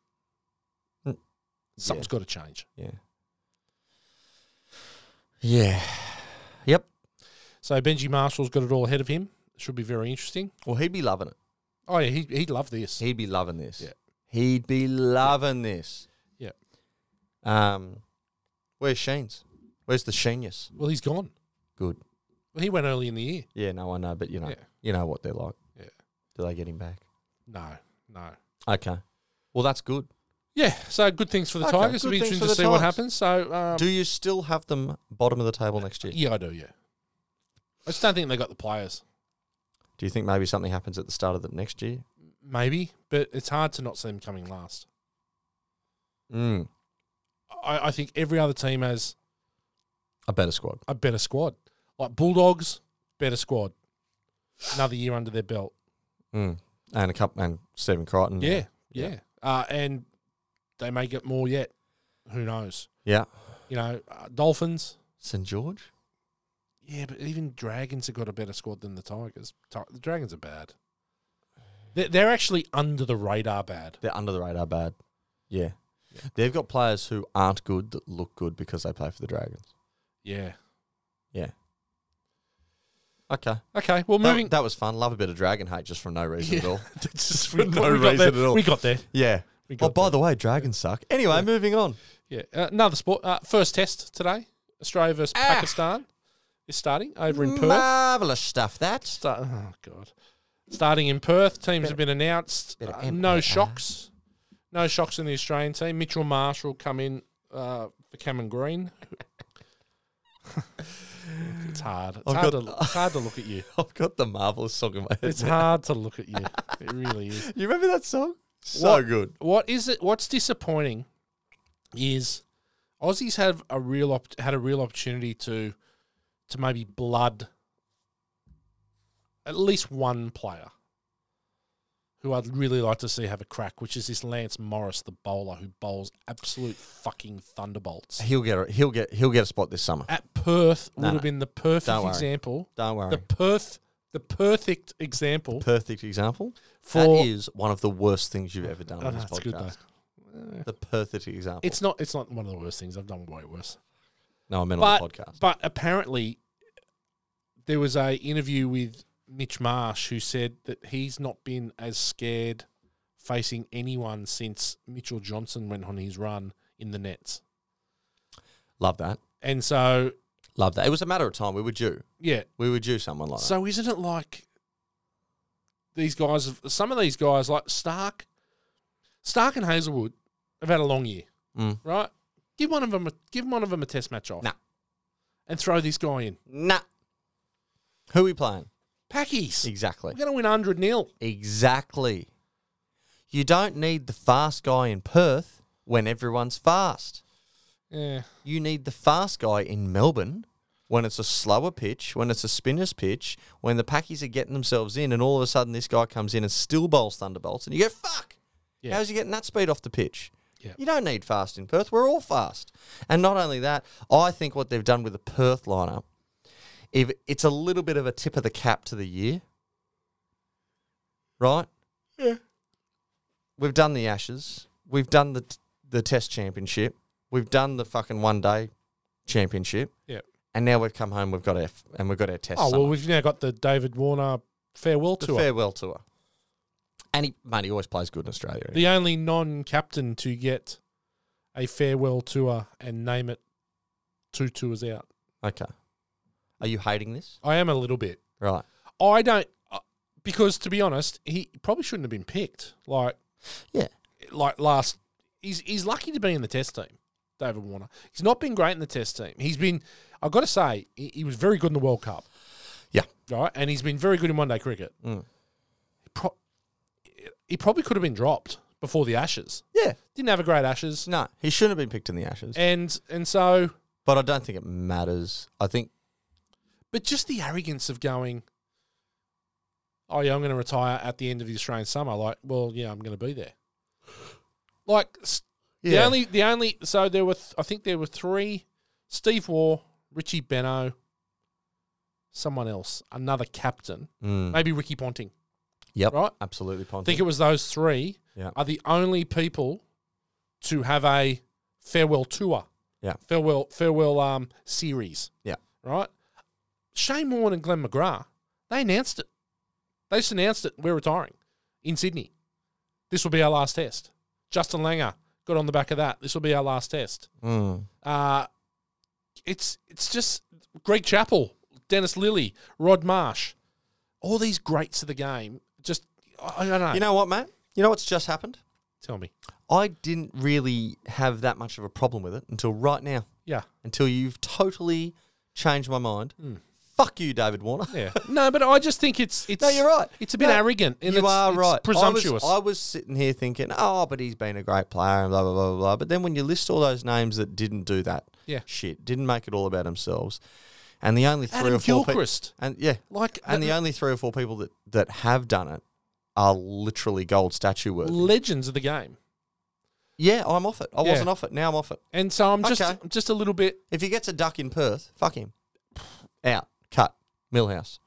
Mm.
something's got to change.
yeah. Yeah. Yep.
So Benji Marshall's got it all ahead of him. Should be very interesting.
Well, he'd be loving it.
Oh yeah, he he'd love this.
He'd be loving this.
Yeah.
He'd be loving this.
Yeah.
Um, where's Sheen's? Where's the Sheenius?
Well, he's gone.
Good.
Well, he went early in the year.
Yeah, no, I know, but you know,
Yeah.
you know what they're like.
Yeah.
Do they get him back?
No, no.
Okay. Well, that's good.
Yeah, so good things for the
Okay,
Tigers. It'll
good
be
things
interesting
for
to see
the
what
Tigers.
happens. So, um,
Do you still have them bottom of the table next year?
yeah, I do. Yeah, I just don't think they got the players.
Do you think maybe something happens at the start of the next year?
Maybe, but it's hard to not see them coming last.
Mm.
I, I think every other team has
A better squad.
a better squad. Like Bulldogs, better squad. Another year under their belt.
Mm. And a couple and Stephen Crichton.
Yeah, yeah.
Mm. Yeah.
Uh, and they may get more yet. Who knows?
Yeah.
You know, uh, Dolphins.
St George.
Yeah, but even Dragons have got a better squad than the Tigers. Ti- The Dragons are bad. They're, they're actually under the radar bad.
They're under the radar bad. Yeah. They've got players who aren't good that look good because they play for the Dragons.
Yeah.
Okay.
Okay. Well,
That-
moving.
That, was fun. Love a bit of dragon hate just for no reason at all.
That's just
For no
we got
reason
there.
at all.
We got there.
Yeah.
We got
Well, by the way, dragons suck. Anyway, moving on.
Yeah, uh, another sport. Uh, first test today, Australia versus
Ah.
Pakistan is starting over in Perth.
Marvelous stuff. That.
Start, oh god, starting in Perth. Teams have been announced.
better
Uh,
amp
no
that
shocks, no shocks in the Australian team. Mitchell Marshall come in uh, for Cameron Green. it's hard. It's
I've
hard,
got-
to, it's hard to look at you.
I've got the marvelous song in my head.
It's hard to look at you. It really is.
You remember that song? So
What-
good.
What is it? What's disappointing is Aussies have a real op- had a real opportunity to to maybe blood at least one player who I'd really like to see have a crack, which is this Lance Morris, the bowler who bowls absolute fucking thunderbolts.
He'll get a, he'll get he'll get a spot this summer.
At Perth
No,
would
no.
have been the perfect
Don't worry.
example.
Don't worry.
The Perth, the perfect example
perfect example.
for.
that is one of the worst things you've ever done
Oh,
on
no,
this
it's
podcast.
good though. Eh.
The perfect example.
It's not. It's not one of the worst things I've done. Way worse.
no, I meant
but,
on the podcast.
But apparently, there was a interview with Mitch Marsh who said that he's not been as scared facing anyone since Mitchell Johnson went on his run in the Nets.
Love that.
And so,
Love that. It was a matter of time. We were due.
yeah.
We were due someone like
So isn't it like these guys? have- Some of these guys, like Stark, Stark and Hazelwood, have had a long year,
that. Mm.
right? Give one of them, a, give one of them a test match off,
Nah.
and throw this guy in.
Nah. Who we playing?
Packies,
Exactly.
we're going to win hundred 0
Exactly. You don't need the fast guy in Perth when everyone's fast.
Yeah.
You need the fast guy in Melbourne when it's a slower pitch, when it's a spinner's pitch, when the packies are getting themselves in, and all of a sudden this guy comes in and still bowls Thunderbolts, and you go, fuck!
Yeah.
How's he getting that speed off the pitch?
Yeah.
You don't need fast in Perth. We're all fast. And not only that, I think what they've done with the Perth lineup, if it's a little bit of a tip of the cap to the year, right?
Yeah.
We've done the Ashes. We've done the the Test Championship. We've done the fucking One Day Championship.
Yeah.
And now we've come home. We've got our f- and we've got our Test.
Oh
summer.
well, we've now got the David Warner farewell
the
tour.
farewell tour. And he, mate, he always plays good in Australia.
the only non-captain to get a farewell tour and name it two tours out.
Okay. Are you hating this?
I am a little bit.
Right.
I don't uh, because to be honest, he probably shouldn't have been picked. Like
Yeah.
like last he's he's lucky to be in the test team. David Warner. He's not been great in the test team. He's been I've got to say he, he was very good in the World Cup.
Yeah.
Right? And he's been very good in one day cricket.
Mm.
He, pro- he probably could have been dropped before the Ashes.
Yeah.
Didn't have a great Ashes.
No, he shouldn't have been picked in the Ashes.
And and so
But I don't think it matters. I think
but just the arrogance of going oh yeah i'm going to retire at the end of the australian summer like well yeah i'm going to be there like s the
Yeah.
only the only so there were th- i think there were three steve war richie benno someone else another captain maybe ricky ponting
Mm. Yep.
right
Absolutely
i
Ponting.
think it was those three
Yeah.
are the only people to have a farewell tour.
Yeah.
Farewell farewell um series.
Yeah.
Right? Shane Warne and Glenn McGrath, they announced it. They just announced it. We're retiring in Sydney. This will be our last test. Justin Langer got on the back of that. This will be our last test.
Mm.
Uh, it's it's just Greg Chappell, Dennis Lilly, Rod Marsh, all these greats of the game. Just I I don't know.
You know what, mate? You know what's just happened?
Tell me.
I didn't really have that much of a problem with it until right now.
Yeah.
Until you've totally changed my mind. Fuck you, David Warner.
Hmm. Yeah. No, but I just think it's it's
No, you're right.
It's a bit
No,
arrogant and
you
it's,
are
it's
right.
presumptuous.
I was, I was sitting here thinking, oh, but he's been a great player and blah, blah, blah, blah, blah. But then when you list all those names that didn't do that
Yeah.
shit, didn't make it all about themselves, and the only three
Adam
or four people.
Gilchrist.
And yeah,
like
and the only three or four people that, that have done it are literally gold statue worthy.
legends of the game.
yeah, I'm off it. I
Yeah.
wasn't off it. Now I'm off it.
And so I'm just
Okay.
I'm just a little bit
If he gets a duck in Perth, fuck him. Out. Cut. Millhouse.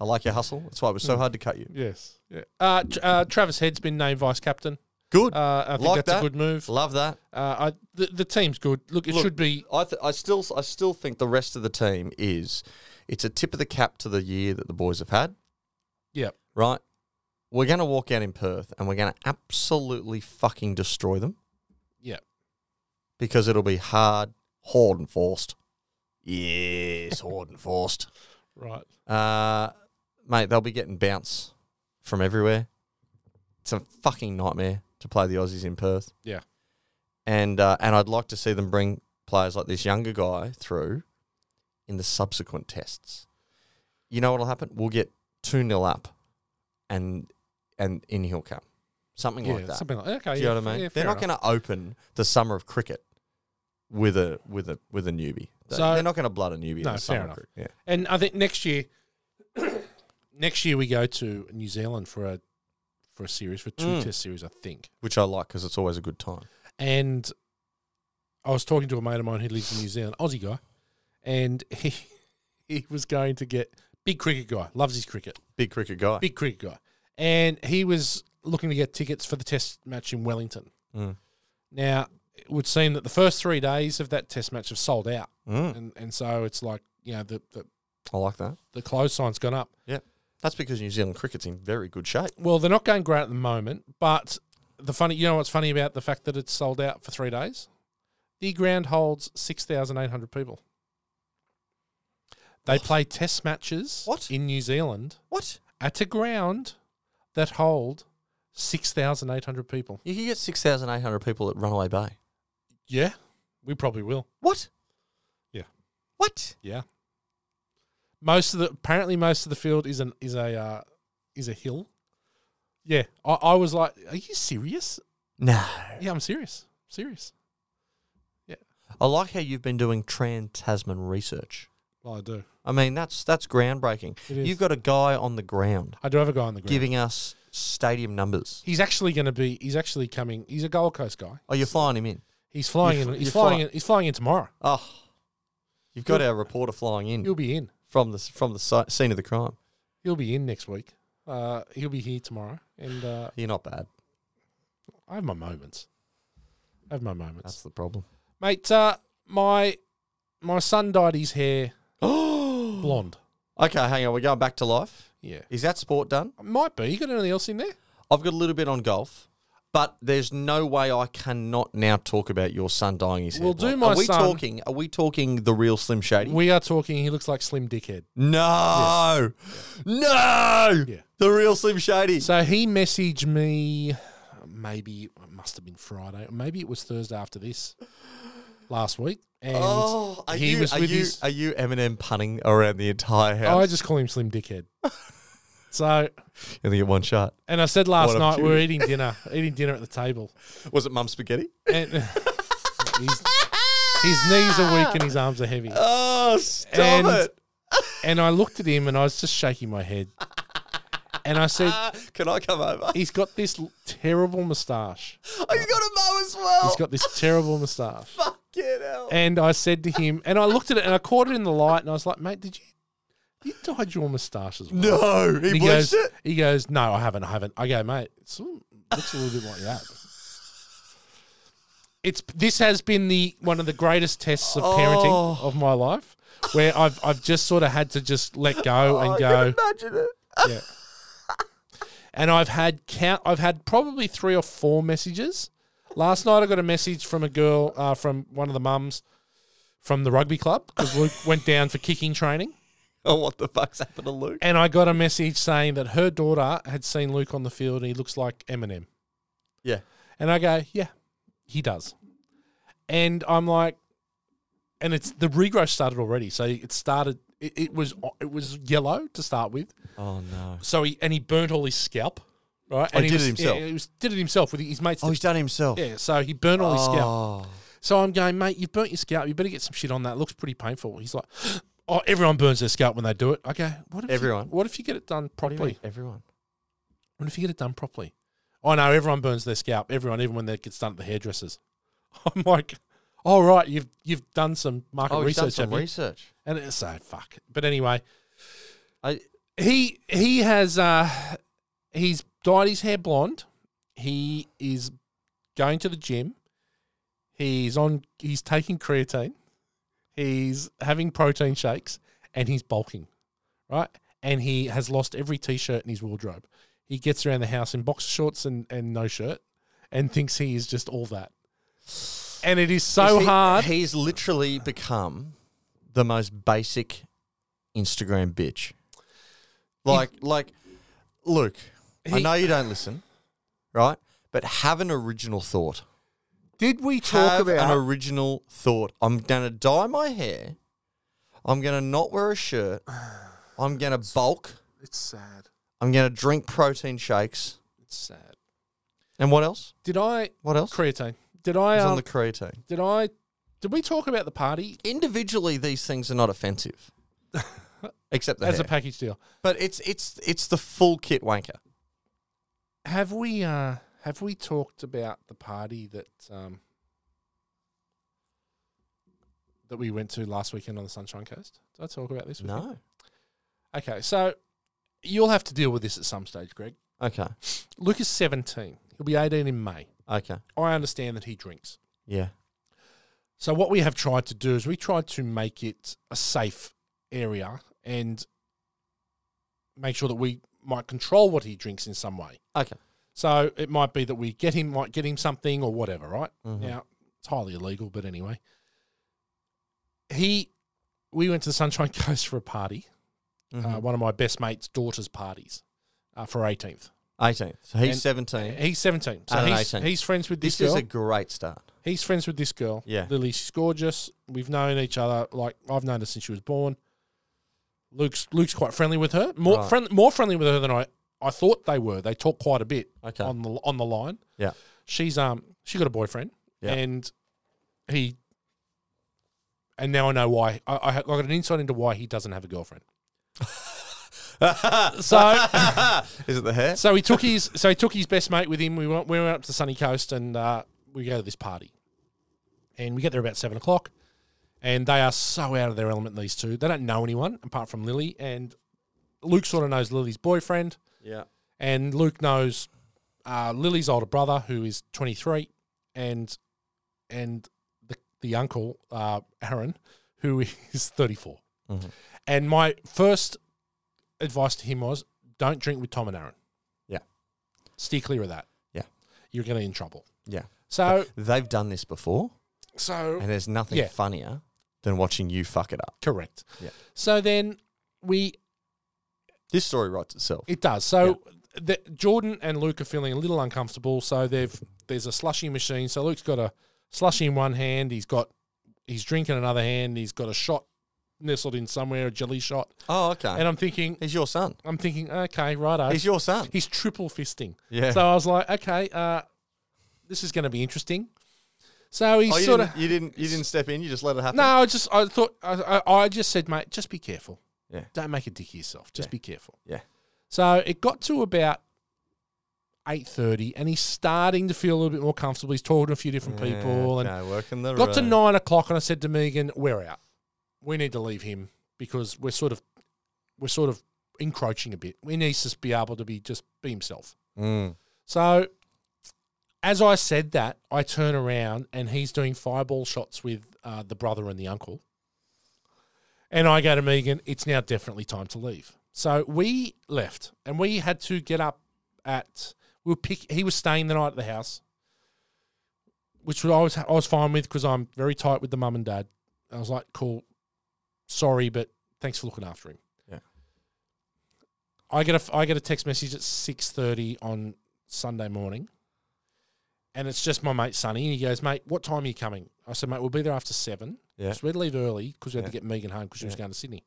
I like your hustle. That's why it was so hard to cut you.
yes. Yeah. Uh, Tr- uh, Travis Head's been named vice captain.
Good.
Uh, I think
Like
that's
that.
a good move.
Love that.
Uh, I, the, the team's good. Look, it
Look,
should be
I, th- I still I still think the rest of the team is it's a tip of the cap to the year that the boys have had,
yeah.
right? We're going to walk out in Perth and we're going to absolutely fucking destroy them
Yeah.
because it'll be hard, hard and forced. Yes, hard and forced.
Right.
Uh, mate, they'll be getting bounce from everywhere. It's a fucking nightmare to play the Aussies in Perth.
Yeah.
and uh, and I'd like to see them bring players like this younger guy through in the subsequent tests. You know what'll happen? We'll get two 0 up, and and in he'll come, something
yeah.
like that.
Something like okay.
Do
yeah,
you know what I
f-
mean?
yeah,
They're
fair
not going to open the summer of cricket with a with a with a newbie. They-
So-
They're not going to blood a newbie.
No,
in the
fair
summer of
enough.
cricket. Yeah.
And I think next year, next year we go to New Zealand for a for a series for two
Mm.
test series, I think.
which I like because it's always a good time.
And I was talking to a mate of mine who lives in New Zealand, Aussie guy, and he he was going to get big cricket guy, loves his cricket,
Big cricket guy.
big cricket guy, and he was looking to get tickets for the test match in Wellington.
Mm.
Now it would seem that the first three days of that test match have sold out,
Mm.
and and so it's like you know the the,
I like that.
the close sign's gone up.
That's because New Zealand cricket's in very good shape.
Well, they're not going great at the moment, but the funny, you know what's funny about the fact that it's sold out for three days? The ground holds 6,800 people. They play test matches
What?
in New Zealand
What?
at a ground that hold 6,800 people.
You can get 6,800 people at Runaway Bay.
Yeah, we probably will.
What?
Yeah.
What?
Yeah. Most of the apparently most of the field is an is a uh, is a hill. Yeah, I, I was like, are you serious?
No.
Yeah, I'm serious. Serious.
I like how you've been doing Trans Tasman research.
Well, I do.
I mean, that's that's groundbreaking.
It is.
You've got a guy on the ground
I do have a guy on the ground.
giving us stadium numbers.
He's actually going to be. He's actually coming. He's a Gold Coast guy.
Oh, you're flying him in.
He's flying
You're
in.
fl-
He's
you're
flying.
fly-
in, he's flying in tomorrow.
Oh, you've got our reporter flying in
He'll be in.
from the from the si- scene of the crime.
He'll be in next week. Uh, he'll be here tomorrow. And uh,
You're not bad.
I have my moments. I have my moments,
That's the problem.
mate. Uh, my my son dyed his hair
okay,
blonde.
hang on. We're going back to life.
Yeah,
Is that sport done?
might be. You got anything else in there?
I've got a little bit on golf, but there's no way I cannot now talk about your son dying his hair.
We'll do
blonde.
my
are we
son-
talking? Are we talking the real Slim Shady?
We are talking. He looks like Slim Dickhead.
no, no,
Yeah.
the real Slim Shady.
So he messaged me. Maybe it must have been Friday. Maybe it was Thursday after this last week. And
oh, are
he
you
was
are
with
you
his-
are you Eminem punning around the entire house?
I just call him Slim Dickhead. so,
and then get one shot.
and I said last
What a
night we
beauty.
were eating dinner, eating dinner at the table,
Was it Mum Spaghetti?
and his, his knees are weak and his arms are heavy.
Oh, stop
And-
it!
And I looked at him and I was just shaking my head, and I said,
Ah, Can I come over?
"He's got this l- terrible moustache.
Oh, you got a mow as well.
He's got this terrible moustache."
Fucking hell.
And I said to him, and I looked at it and I caught it in the light, and I was like, "Mate, did you you dyed your moustache as well?"
no, he,
he
bleached
goes,
it.
he goes, no, I haven't, I haven't. I go, mate, it's, looks a little bit like that. It's this has been the one of the greatest tests of parenting
Oh.
of my life, where I've I've just sort of had to just let go and
I
go,
can imagine it.
yeah. And I've had count. I've had probably three or four messages. Last night I got a message from a girl uh, from one of the mums from the rugby club because Luke went down for kicking training.
Oh, what the fuck's happened to Luke?
And I got a message saying that her daughter had seen Luke on the field and he looks like Eminem.
Yeah.
And I go, yeah, he does. And I'm like, and it's the regrowth started already. So it started, it, it was it was yellow to start with.
Oh no.
So he and he burnt all his scalp, right?
Oh,
And
he did it
was-
himself.
Yeah, he was, did it himself with his mates.
Oh, he's done it himself.
yeah, so he burnt all his scalp.
Oh.
So I'm going, mate, you've burnt your scalp. You better get some shit on that. It looks pretty painful. He's like, oh, everyone burns their scalp when they do it. I go, what if you-
Everyone?
what if you get it done properly?
Everyone.
What if you get it done properly? Oh no, everyone burns their scalp. Everyone, even when that gets done at the hairdressers. I'm like, all right, you've you've done some market
Oh, he's done
research,
some
have you?
research.
and it's so fuck. But anyway,
I,
he he has uh he's dyed his hair blonde. He is going to the gym. He's on. He's taking creatine. He's having protein shakes, and he's bulking, right? And he has lost every t-shirt in his wardrobe. He gets around the house in boxer shorts and and no shirt, and thinks he is just all that. And it is so
Is he-
hard.
He's literally become the most basic Instagram bitch. Like, like, Luke. I
He-
know you don't listen, right? But have an original thought.
Did we talk
have
about?
an original thought. I'm gonna dye my hair. I'm gonna not wear a shirt. I'm gonna bulk.
it's sad.
I'm gonna drink protein shakes.
It's sad.
And what else?
Did I
What else?
creatine? Did I
He's
um,
on the creatine.
did I did we talk about the party?
Individually, these things are not offensive. Except the
That's a
hair.
package deal.
but it's it's it's the full kit wanker.
Have we uh have we talked about the party that um that we went to last weekend on the Sunshine Coast? Did I talk about this? with you?
No.
Okay, so you'll have to deal with this at some stage, Greg.
Okay.
Luke is seventeen. He'll be eighteen in May.
Okay.
I understand that he drinks.
Yeah.
So what we have tried to do is we tried to make it a safe area and make sure that we might control what he drinks in some way.
Okay.
So it might be that we get him, might get him something or whatever, right?
Mhm.
Now it's highly illegal, but anyway, he, we went to the Sunshine Coast for a party, uh,
Mhm.
one of my best mates' daughter's parties, uh, for 18th.
18. So he's
and-
17.
He's 17, so
And an
he's,
18th.
he's friends with this,
This is
girl.
a great start.
He's friends with this girl.
Yeah.
Lily, she's gorgeous. We've known each other like I've known her since she was born. Luke's Luke's quite friendly with her. More
Right.
friend, more friendly with her than I, I thought they were. They talk quite a bit
Okay.
on the on the line.
Yeah.
She's um she got a boyfriend
Yeah.
and he and now I know why. I, I I got an insight into why he doesn't have a girlfriend. So
is it the hair?
So he took his so he took his best mate with him. We went we went up to the sunny coast and uh, we go to this party, and we get there about seven o'clock, and they are so out of their element. These two they don't know anyone apart from Lily and Luke. Sort of knows Lily's boyfriend,
Yeah.
and Luke knows uh, Lily's older brother who is twenty three, and and the the uncle uh, Aaron who is thirty four.
Mhm.
And my first advice to him was don't drink with Tom and Aaron.
Yeah.
Steer clear of that.
Yeah.
You're going to be in trouble.
Yeah.
So,
They've done this before,
so
and there's nothing
Uh, Yeah.
funnier than watching you fuck it up.
correct.
Yeah.
So then we,
This story writes itself.
it does. So the, Jordan and Luke are feeling a little uncomfortable. So they've, there's a slushy machine. So Luke's got a slushy in one hand. He's got, he's drinking another hand. He's got a shot nestled in somewhere, a jelly shot.
Oh, okay.
And I'm thinking,
he's your son.
I'm thinking, okay, righto.
He's your son.
He's triple fisting.
Yeah.
So I was like, okay, uh, this is going to be interesting. So he
Oh, you,
sort
didn't,
of
you didn't. You didn't step in. You just let it happen.
no, I just I thought I, I, I just said, mate, just be careful.
Yeah.
Don't make a dick of yourself. Just be careful.
Yeah.
So it got to about eight thirty, and he's starting to feel a little bit more comfortable. He's talking to a few different
Yeah,
people, and
no, working the
got to
room.
nine o'clock, and I said to Megan, "We're out. We need to leave him because we're sort of we're sort of encroaching a bit. We needs to be able to be just be himself."
Mm.
So, as I said that, I turn around and he's doing fireball shots with uh, the brother and the uncle. And I go to Megan, it's now definitely time to leave. So we left and we had to get up at, we were pick, he was staying the night at the house, which I was, I was fine with because I'm very tight with the mum and dad. I was like, cool, sorry, but thanks for looking after him.
Yeah.
I get a, I get a text message at 6.30 on Sunday morning. And it's just my mate Sonny. And he goes, Mate, what time are you coming? I said, Mate, we'll be there after seven.
Yeah.
So we'd leave early because we had
Yeah.
to get Megan home because she was
Yeah.
going to Sydney.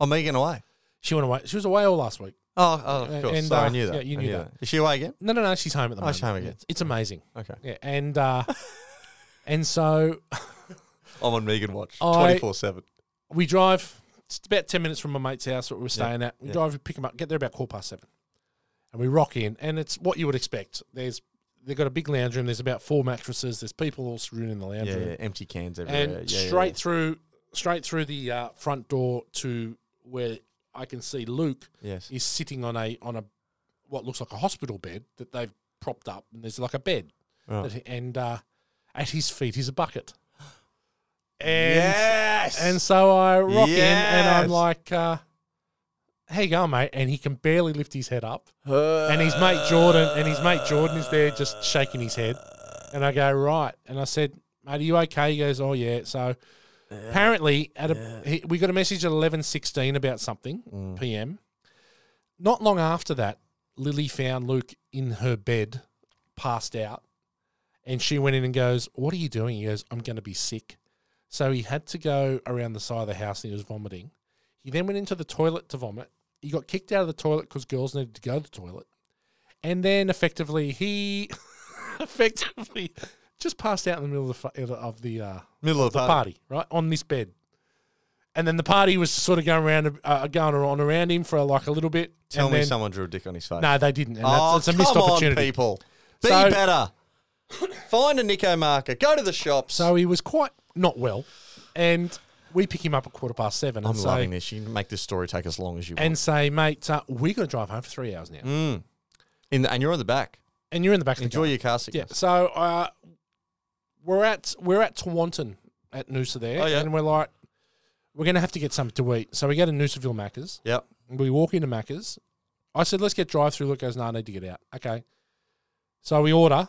Oh, Megan away.
She went away. She was away all last week.
Oh, oh, of
And-
course.
and,
Sorry, I
uh,
knew that.
yeah, you
I
knew that.
Is she away again?
No, no, no. She's home at the
Oh,
moment.
she's home again.
It's, it's amazing.
Okay.
Yeah. And, uh, and so
I'm on Megan watch
I-
twenty four seven.
we drive. It's about ten minutes from my mate's house that we were staying at. We
yeah.
drive, we pick them up, get there about quarter past seven, and we rock in, and it's what you would expect. There's they've got a big lounge room. There's about four mattresses. There's people all strewn in the lounge
Yeah,
room.
yeah, empty cans
and
everywhere. yeah, yeah,
straight through straight through the uh, front door to where I can see Luke
yeah. Yes.
is sitting on a on a what looks like a hospital bed that they've propped up and there's like a bed
Right.
that he- and uh, at his feet is a bucket and
Yes.
and so I rock in and I'm
Yes.
like uh, hey you go mate and he can barely lift his head up
and
and his mate Jordan and his mate Jordan is there just shaking his head. And I go, right. And I said, mate, are you okay? He goes, oh yeah. So apparently at a he, we got a message at eleven sixteen about something PM. Not long after that, Lily found Luke in her bed, passed out. And she went in and goes, What are you doing? He goes, I'm gonna be sick. So he had to go around the side of the house and he was vomiting. He then went into the toilet to vomit. He got kicked out of the toilet because girls needed to go to the toilet. And then effectively he effectively just passed out in the middle of the fu- of the uh,
middle of the party.
party, right? On this bed. and then the party was sort of going around, uh, going on around him for like a little bit.
Tell
and
me
then-
someone drew a dick on his face.
No, they didn't. And
oh,
that's, it's a
come
missed
on,
opportunity.
people. Be
So-
better. Find a Nico marker. Go to the shops.
so he was quite not well, and we pick him up at quarter past 7
I'm
and say,
loving this. You can make this story take as long as you want.
and say, mate, uh, we're going to drive home for three hours now,
Mm. In the, and you're on the back.
and you're in the back of the
Enjoy your car sickness.
Yeah. So uh, we're at we're at Taunton at Noosa there,
Oh, yeah.
and we're like, we're gonna have to get something to eat. So we go to Noosaville Macca's.
Yep.
We walk into Macca's. I said, let's get drive through. Look, goes, no, I need to get out. Okay. So we order.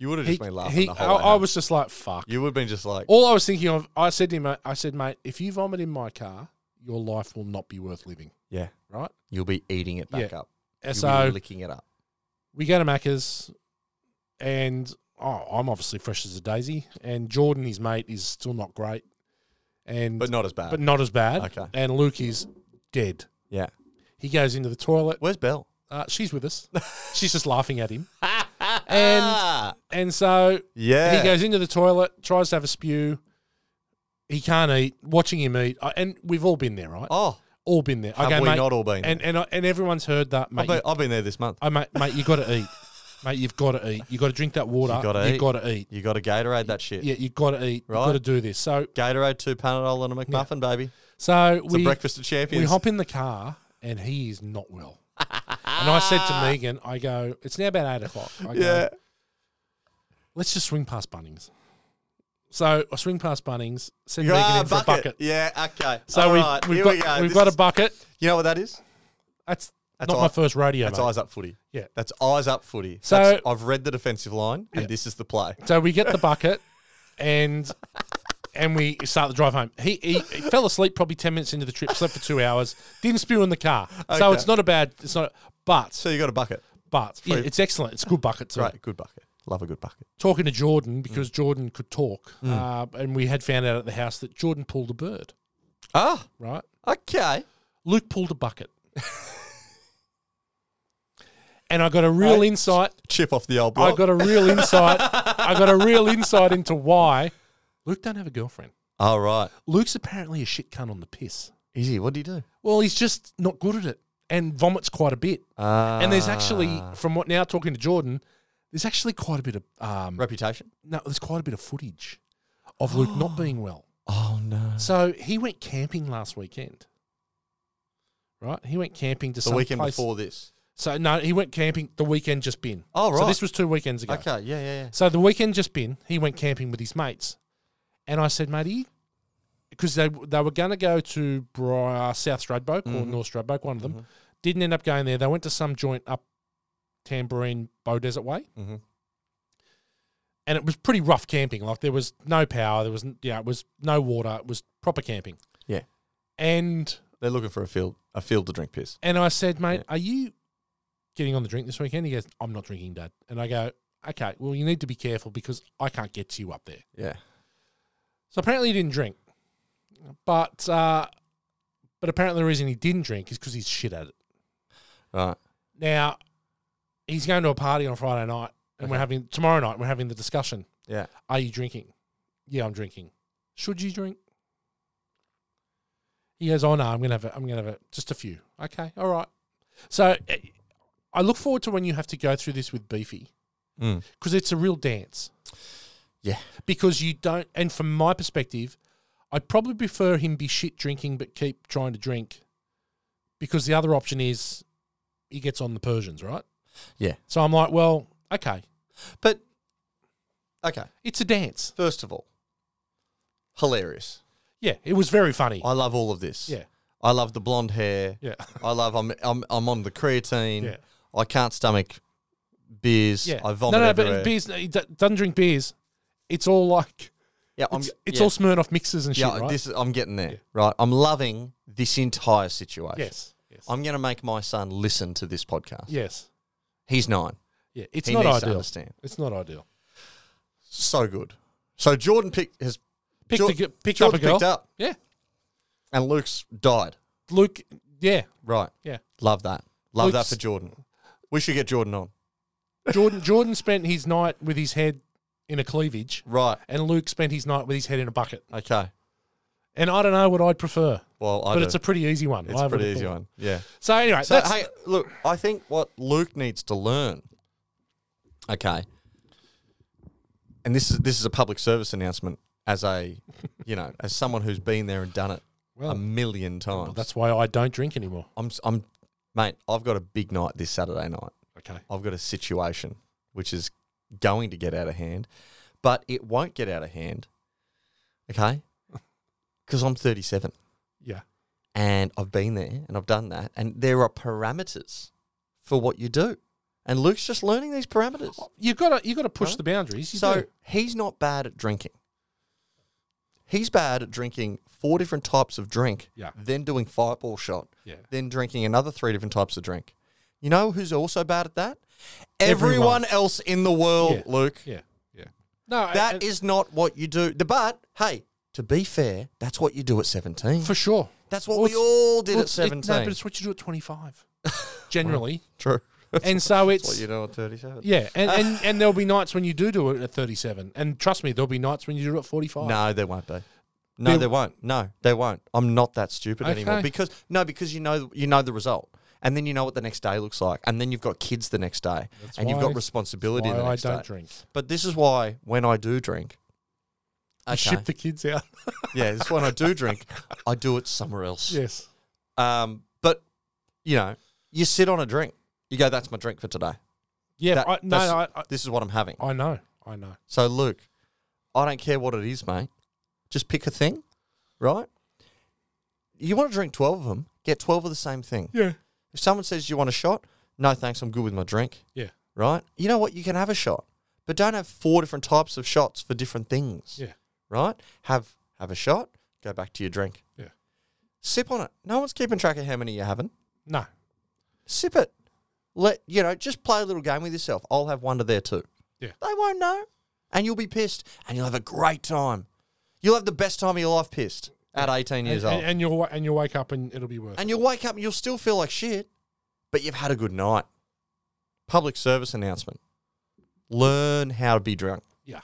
You would have
He,
just been laughing
he-
the
I,
whole way.
I
home.
was just like, fuck.
You would have been just like,
All I was thinking of, I said to him, I said, mate, if you vomit in my car, your life will not be worth living,
yeah.
right?
You'll be eating it back up.
And
You'll
so
be licking it up.
we go to Macca's, and oh, I'm obviously fresh as a daisy, and Jordan, his mate, is still not great, and but,
But not as bad.
not as bad.
Okay.
And Luke is dead.
yeah.
He goes into the toilet.
Where's Bell?
Uh, she's with us. she's just laughing at him, And- and so
Ah! yeah.
he goes into the toilet, tries to have a spew. He can't eat. Watching him eat, I- and we've all been there, right?
oh,
All been there.
have
okay,
we
mate.
not all been?
and and I- and everyone's heard that,
I've,
mate.
been, I've been there this month.
I Oh, mate, mate, you got to eat, mate. You've got to eat. You got to drink that water.
You gotta eat.
got to eat.
You got to Gatorade that shit.
Yeah, you got to eat. you You
Right.
got to do this. So
Gatorade, two Panadol, and a McMuffin, baby.
so
It's a
we
breakfast of champions.
we hop in the car and he is not well. and I said to Megan, I go, it's now about eight o'clock. I go,
yeah.
let's just swing past Bunnings. So I swing past Bunnings, send
You go,
Megan
"Ah,
in for a bucket.
Yeah, okay.
So
All
we've,
right,
we've
here
got
we go.
we've
This
got a
is-
bucket.
You know what that is?
That's,
That's
not
all-
my first rodeo.
That's
mate.
eyes up footy.
Yeah.
That's eyes up footy.
So-
That's- I've read the defensive line, and
Yeah.
this is the play.
So we get the bucket and and we start the drive home. He, he, he fell asleep probably ten minutes into the trip, slept for two hours, didn't spew in the car. So
Okay.
it's not a bad it's not but
So you got a bucket.
but yeah,
free.
it's excellent. It's a good bucket too.
Right, Mm. good bucket. Love a good bucket.
Talking to Jordan because Jordan could talk.
Mm.
Uh, and we had found out at the house that Jordan pulled a bird,
Ah,
right?
okay.
Luke pulled a bucket. and I got a real
Right.
insight
Chip off the old
I
block.
got a real insight. I got a real insight into why Luke don't have a girlfriend.
All right.
Luke's apparently a shit cunt on the piss.
Is he? What do you do?
Well, he's just not good at it and vomits quite a bit.
Uh,
and there's actually, from what now talking to Jordan, there's actually quite a bit of um,
reputation.
no, there's quite a bit of footage of Luke not being well.
Oh no.
So he went camping last weekend. Right, he went camping to
The
some
weekend
place.
before this.
So no, he went camping the weekend just been.
Oh,
So
right.
this was two weekends ago.
Okay. Yeah, yeah, yeah.
So the weekend just been, he went camping with his mates, and I said, "Matey," because they they were going to go to Bri- uh, South Stradbroke or North Stradbroke, one of them. Didn't end up going there. They went to some joint up Tambourine Bow Desert Way,
Mhm.
and it was pretty rough camping. Like there was no power, there was n- yeah, it was no water. It was proper camping.
Yeah.
and
They're looking for a field, a field to drink piss.
and I said, mate, are you getting on the drink this weekend? He goes, I'm not drinking, Dad. And I go, okay, well, you need to be careful because I can't get to you up there.
Yeah.
So apparently he didn't drink, but uh, but apparently the reason he didn't drink is because he's shit at it.
Right.
Now he's going to a party on Friday night, and we're
Okay.
having tomorrow night. We're having the discussion:
Yeah.
Are you drinking? Yeah, I'm drinking. Should you drink? He goes, "Oh no, I'm gonna have it. I'm gonna have it. Just a few. Okay, all right." So eh, I look forward to when you have to go through this with Beefy
Mm.
because it's a real dance.
Yeah.
Because you don't, and from my perspective, I'd probably prefer him be shit drinking but keep trying to drink because the other option is he gets on the Persians, right?
Yeah.
So I'm like, well, okay,
But okay.
it's a dance.
First of all, hilarious.
Yeah, it was very funny.
I love all of this.
Yeah.
I love the blonde hair.
Yeah.
I love. I'm. I'm. I'm on the creatine.
Yeah.
I can't stomach beers.
Yeah.
I vomit
no, no,
everywhere.
but beers, he d- doesn't drink beers. It's all like,
yeah, I'm,
it's, it's
yeah,
all Smirnoff mixes and shit,
yeah,
right?
This is, I'm getting there. Right. I'm loving this entire situation.
yes. Yes.
I'm going to make my son listen to this podcast.
yes.
He's nine.
Yeah. It's
he
not
needs to
ideal.
understand.
It's not ideal.
So good. So Jordan picked has
Picked,
Jor-
a, g- picked up a
Jordan
girl.
picked up,
Yeah.
and Luke's died.
Luke, yeah.
Right.
Yeah.
Love that. Love
Luke's-
that for Jordan. We should get Jordan on.
Jordan Jordan spent his night with his head in a cleavage,
Right.
and Luke spent his night with his head in a bucket.
Okay.
And I don't know what I'd prefer,
Well, I
but
do.
it's a pretty easy one.
it's
I
a
would've
pretty easy
thought.
one. Yeah.
So anyway,
So
that's,
hey, look, I think what Luke needs to learn. Okay. And this is this is a public service announcement as a, you know, as someone who's been there and done it
well,
a million times.
well, that's why I don't drink anymore.
I'm s- I'm, mate. I've got a big night this Saturday night.
Okay.
I've got a situation which is going to get out of hand, but it won't get out of hand. Okay, because I'm 37
Yeah.
and I've been there and I've done that. And there are parameters for what you do. And Luke's just learning these parameters.
You gotta you gotta push
Huh?
the boundaries. You
So
do.
he's not bad at drinking. He's bad at drinking four different types of drink,
Yeah.
then doing fireball shot,
Yeah.
then drinking another three different types of drink. You know who's also bad at that?
Everyone.
Everyone, else in the world,
Yeah.
Luke.
Yeah. Yeah. No,
That
and-
is not what you do. The- But hey, to be fair, that's what you do at 17.
for sure.
That's what
Well,
we
it's-
all did
Well,
at
it's- it-
17.
no, but it's what you do at twenty five. Generally.
True.
and so it's
what you do at 37.
Yeah, and, and, and there'll be nights when you do do it at 37. And trust me, there'll be nights when you do it at 45.
No, there won't be. No,
There-
there won't. No, they won't. I'm not that stupid anymore
Okay.
because no, because you know you know the result, and then you know what the next day looks like, and then you've got kids the next day,
That's
and you've
why-
got responsibility
Why
the
I
next
don't
day.
drink.
But this is why when I do drink,
I ship the kids out.
yeah, this is when I do drink, I do it somewhere else.
yes.
Um, but you know, you sit on a drink, you go, "That's my drink for today.
Yeah,
That-
I, no, I,
that's- This is what I'm having."
I, I know. I know.
So, Luke, I don't care what it is, mate. Just pick a thing, right? You want to drink 12 of them, get 12 of the same thing.
Yeah.
If someone says you want a shot, no thanks, I'm good with my drink,
Yeah.
right? You know what? You can have a shot, but don't have four different types of shots for different things,
Yeah.
right? Have have a shot, go back to your drink.
Yeah.
Sip on it. No one's keeping track of how many you're having.
No.
Sip it. Let you know, just play a little game with yourself. I'll have one to their too.
Yeah.
They won't know. And you'll be pissed and you'll have a great time. You'll have the best time of your life pissed at 18 years
and,
old. And,
And, you'll, wa- and you'll wake up and it'll be worth it.
you'll wake up and you'll still feel like shit, but you've had a good night. Public service announcement. Learn how to be drunk.
Yeah.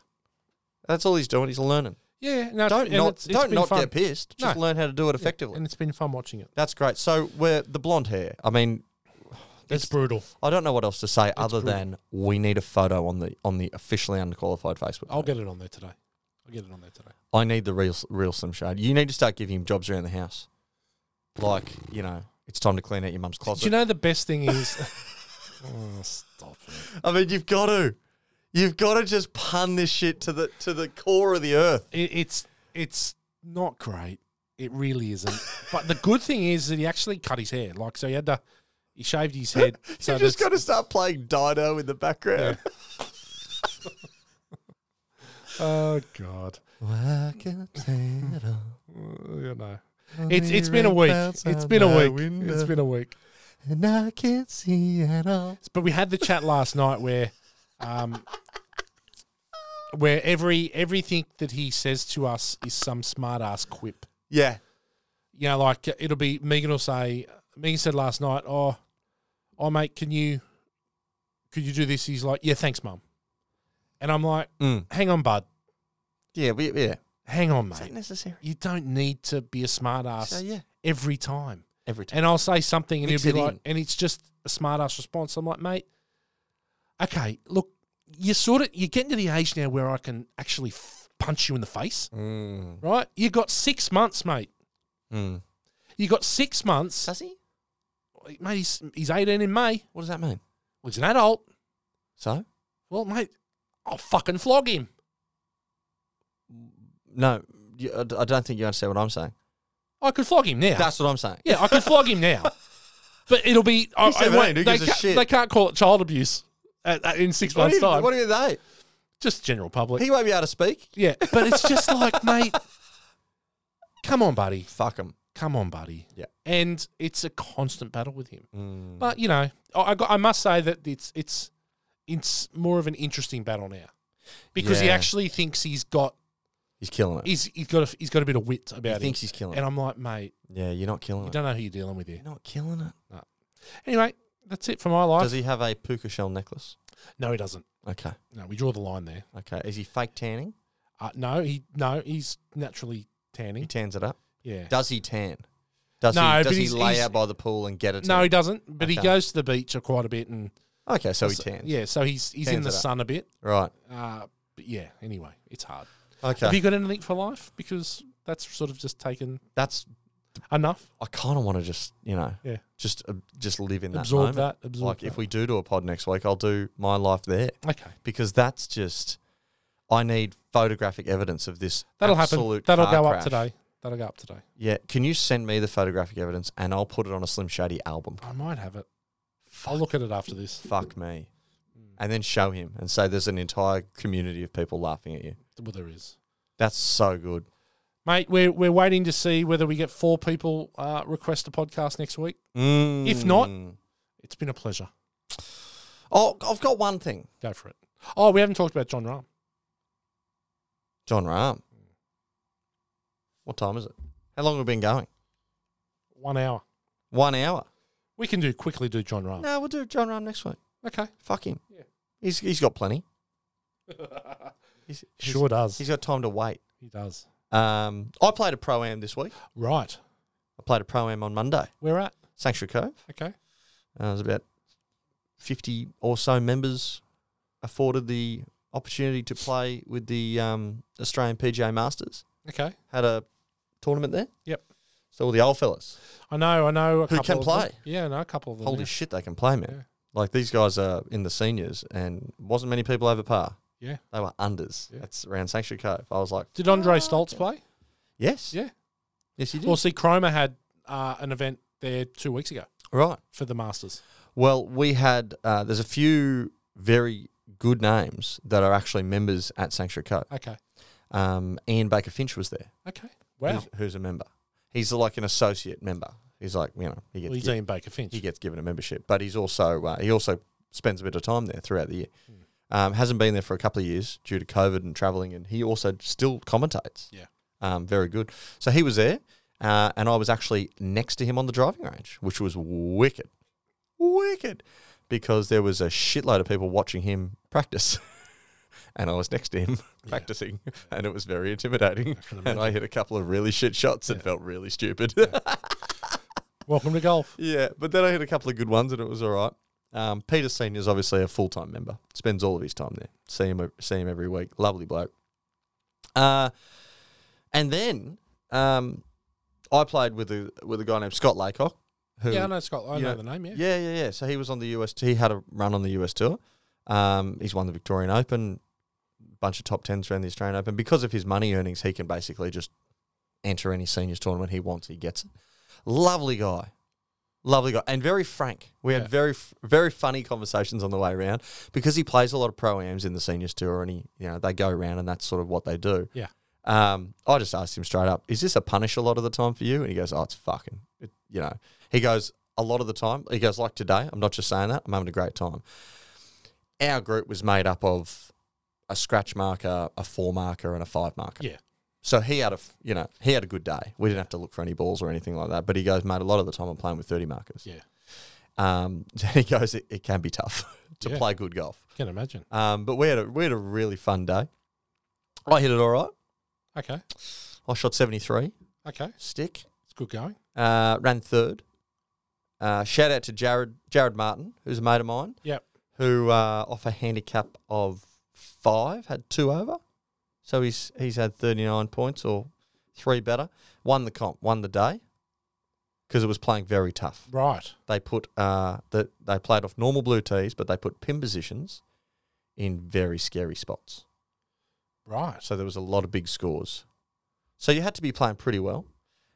That's all he's doing. He's learning.
Yeah, no,
Don't
and
not
it's- it's
don't
been
not
fun.
get pissed. Just
No.
learn how to do it effectively.
And it's been fun watching it.
That's great. So we're the blonde hair. I mean,
It's
It's-
brutal.
I don't know what else to say other
brutal.
than we need a photo on the on the officially underqualified Facebook.
I'll
page.
get it on there today. I'll get it on there today.
I need the real real Slim Shade. You need to start giving him jobs around the house, like you know, it's time to clean out your mum's closet.
Do you know the best thing is? oh, stop it.
I mean, you've got to, you've got to just pun this shit to the to the core of the earth.
it. It's it's not great. It really isn't. but the good thing is that he actually cut his hair. Like so, he had to. He shaved his head. So
you
that's-
just got to start playing Dino in the background.
Oh God.
Welcome to it all.
Uh, you know. It's it's been a week. It's been a week. It's been a week.
and I can't see at all.
But we had the chat last night where, um, where every everything that he says to us is some smart ass quip.
Yeah,
you know, like it'll be Megan will say, Megan said last night, oh, oh mate, can you, could you do this? He's like, yeah, thanks, mum. And I'm like,
Mm.
hang on, bud,
yeah, we, yeah.
hang on,
Is that
mate.
necessary?
You don't need to be a smart ass
So yeah,
every time.
every time.
And I'll say something, and
Mix
he'll be
it
like,
in.
and it's just a smart ass response. I'm like, mate, okay, look, you sort of you're getting to the age now where I can actually f- punch you in the face,
Mm.
right? You got six months, mate.
Mm.
You got six months.
Sassy?
mate, he's, he's 18 in May.
What does that mean?
Well, he's an adult.
So?
Well, mate, I'll fucking flog him.
No, you, I d- I don't think you understand what I'm saying.
I could flog him now.
That's what I'm saying.
yeah, I could flog him now. But it'll be. I,
He's
I won't-
17, who
they,
gives a
can't,
shit?
they can't call it child abuse at, at- in six
What
months'
do, you,
time.
what do you they?
just general public.
He won't be able to speak.
yeah, but it's just like, mate, come on, buddy.
Fuck him.
Come on, buddy.
Yeah.
And it's a constant battle with him.
Mm.
But, you know, I, I, got, I must say that it's, it's, it's more of an interesting battle now. Because he
Yeah.
actually thinks he's got
He's killing it.
he's he's got a, he's got a bit of wit
He
about him.
thinks he's killing
And
it.
I'm like, mate,
Yeah, you're not killing
you
it.
don't know who you're dealing with here.
You're not killing it.
Anyway, that's it for my life.
Does he have a puka shell necklace?
no, he doesn't.
Okay.
No, we draw the line there.
Okay. Is he fake tanning?
Uh, no, he no, he's naturally
He
tanning.
tans it up.
Yeah.
Does he tan? Does
No,
he
but
does he
he's-
lay
he's-
out by the pool and get it?
No, he doesn't. But he
Okay.
goes to the beach uh, quite a bit, and
Okay, so he tans.
yeah, so he's he's in
Tans
the
it up.
sun a bit.
Right.
Uh, but yeah. Anyway, it's hard.
Okay.
Have you got anything for life? Because that's sort of just taken
That's
enough.
I kind of want to just you know
Yeah.
just uh, just live in that
absorb
moment.
that. Absorb
like if we do do a pod next week, I'll do my life there
we okay,
because that's just I need photographic evidence of this.
that'll happen.
absolute
That'll
car
go up
crash.
today. That'll go up today.
Yeah, can you send me the photographic evidence and I'll put it on a Slim Shady album?
I might have it. I'll look at it after this.
Fuck me,
Hmm.
and then show him and say there's an entire community of people laughing at you.
Well, there is,
That's so good.
mate. We're we're waiting to see whether we get four people uh, request a podcast next week. If not-
Mm.
It's been a pleasure.
oh, I've got one thing.
Go for it. Oh, we haven't talked about John Rahm.
John Rahm. What time is it? How long have we been going?
One hour.
One hour.
We can do quickly. Do John Rahm.
No, we'll do John Rahm next week.
Okay.
Fuck him.
Oh. Yeah.
He's he's got plenty. He's, he's-
sure does.
He's got time to wait.
he does.
Um, I played a pro am this week.
Right.
I played a pro am on Monday.
We're at.
Sanctuary Cove.
Okay.
Uh, there's about fifty or so members afforded the opportunity to play with the um, Australian PGA Masters.
Okay.
Had a tournament there.
Yep.
So all the old fellas.
I know. I know. A
Who
couple
can
of them.
play?
Yeah. I know a couple of them.
Holy
yeah.
shit, they can play, man.
Yeah.
Like these guys are in the seniors, and wasn't many people over par.
Yeah.
They were unders.
Yeah.
That's around Sanctuary Cove. I was like,
Did Andre Stoltz play?
Oh, yes,
Yeah.
yes, you did.
Well, see, Cromer had uh, an event there two weeks ago
right.
for the Masters.
Well, we had. Uh, there's a few very good names that are actually members at Sanctuary Cove.
Okay.
Um, Ian Baker Finch was there.
Okay. Wow.
Who's, who's a member? He's like an associate member. He's like, you know, he
Well,
gets
he's
gi-
Ian Baker Finch.
he gets given a membership, but he's also uh, he also spends a bit of time there throughout the year.
Hmm.
Um, hasn't been there for a couple of years due to COVID and traveling, and he also still commentates.
Yeah.
um, very good. So he was there, uh, and I was actually next to him on the driving range, which was wicked, wicked, because there was a shitload of people watching him practice, and I was next to him practicing, and it was very intimidating.
can
and I hit a couple of really shit shots and felt really stupid.
Welcome to golf.
Yeah, but then I had a couple of good ones and it was all right. Um, Peter Senior is obviously a full time member. Spends all of his time there. See him, see him every week. Lovely bloke. Uh, and then um, I played with a with a guy named Scott Laycock. Who,
Yeah, I know Scott. I
you
know
know-
the name. Yeah.
yeah, yeah, yeah. So he was on the US. He had a run on the US tour. Um, he's won the Victorian Open, bunch of top tens around the Australian Open. Because of his money earnings, he can basically just enter any seniors tournament he wants. He gets it. Lovely guy, lovely guy, and very frank. We
Yeah.
had very, f- very funny conversations on the way around because he plays a lot of pro ams in the seniors tour, and he, you know, they go around and that's sort of what they do.
Yeah.
Um, I just asked him straight up, "Is this a punish a lot of the time for you?" And he goes, "Oh, it's fucking, it, you know." He goes, "A lot of the time." He goes, "Like today, I'm not just saying that. I'm having a great time." Our group was made up of a scratch marker, a four marker, and a five marker.
Yeah.
So he had a, f- you know, he had a good day. We didn't have to look for any balls or anything like that. But he goes, "Mate, a lot of the time I'm playing with thirty markers."
Yeah.
Um, then he goes, "It, it can be tough to
Yeah.
play good golf."
Can imagine.
Um, but we had a we had a really fun day. I hit it all right.
Okay.
I shot seventy three
Okay.
stick.
It's good going.
Uh, ran third. Uh, shout out to Jared Jared Martin, who's a mate of mine.
Yep.
Who uh, off a handicap of five had two over, so he's he's had thirty nine points or three better. Won the comp, won the day, because it was playing very tough.
Right.
They put uh that they played off normal blue tees, but they put pin positions in very scary spots.
Right.
So there was a lot of big scores. So you had to be playing pretty well.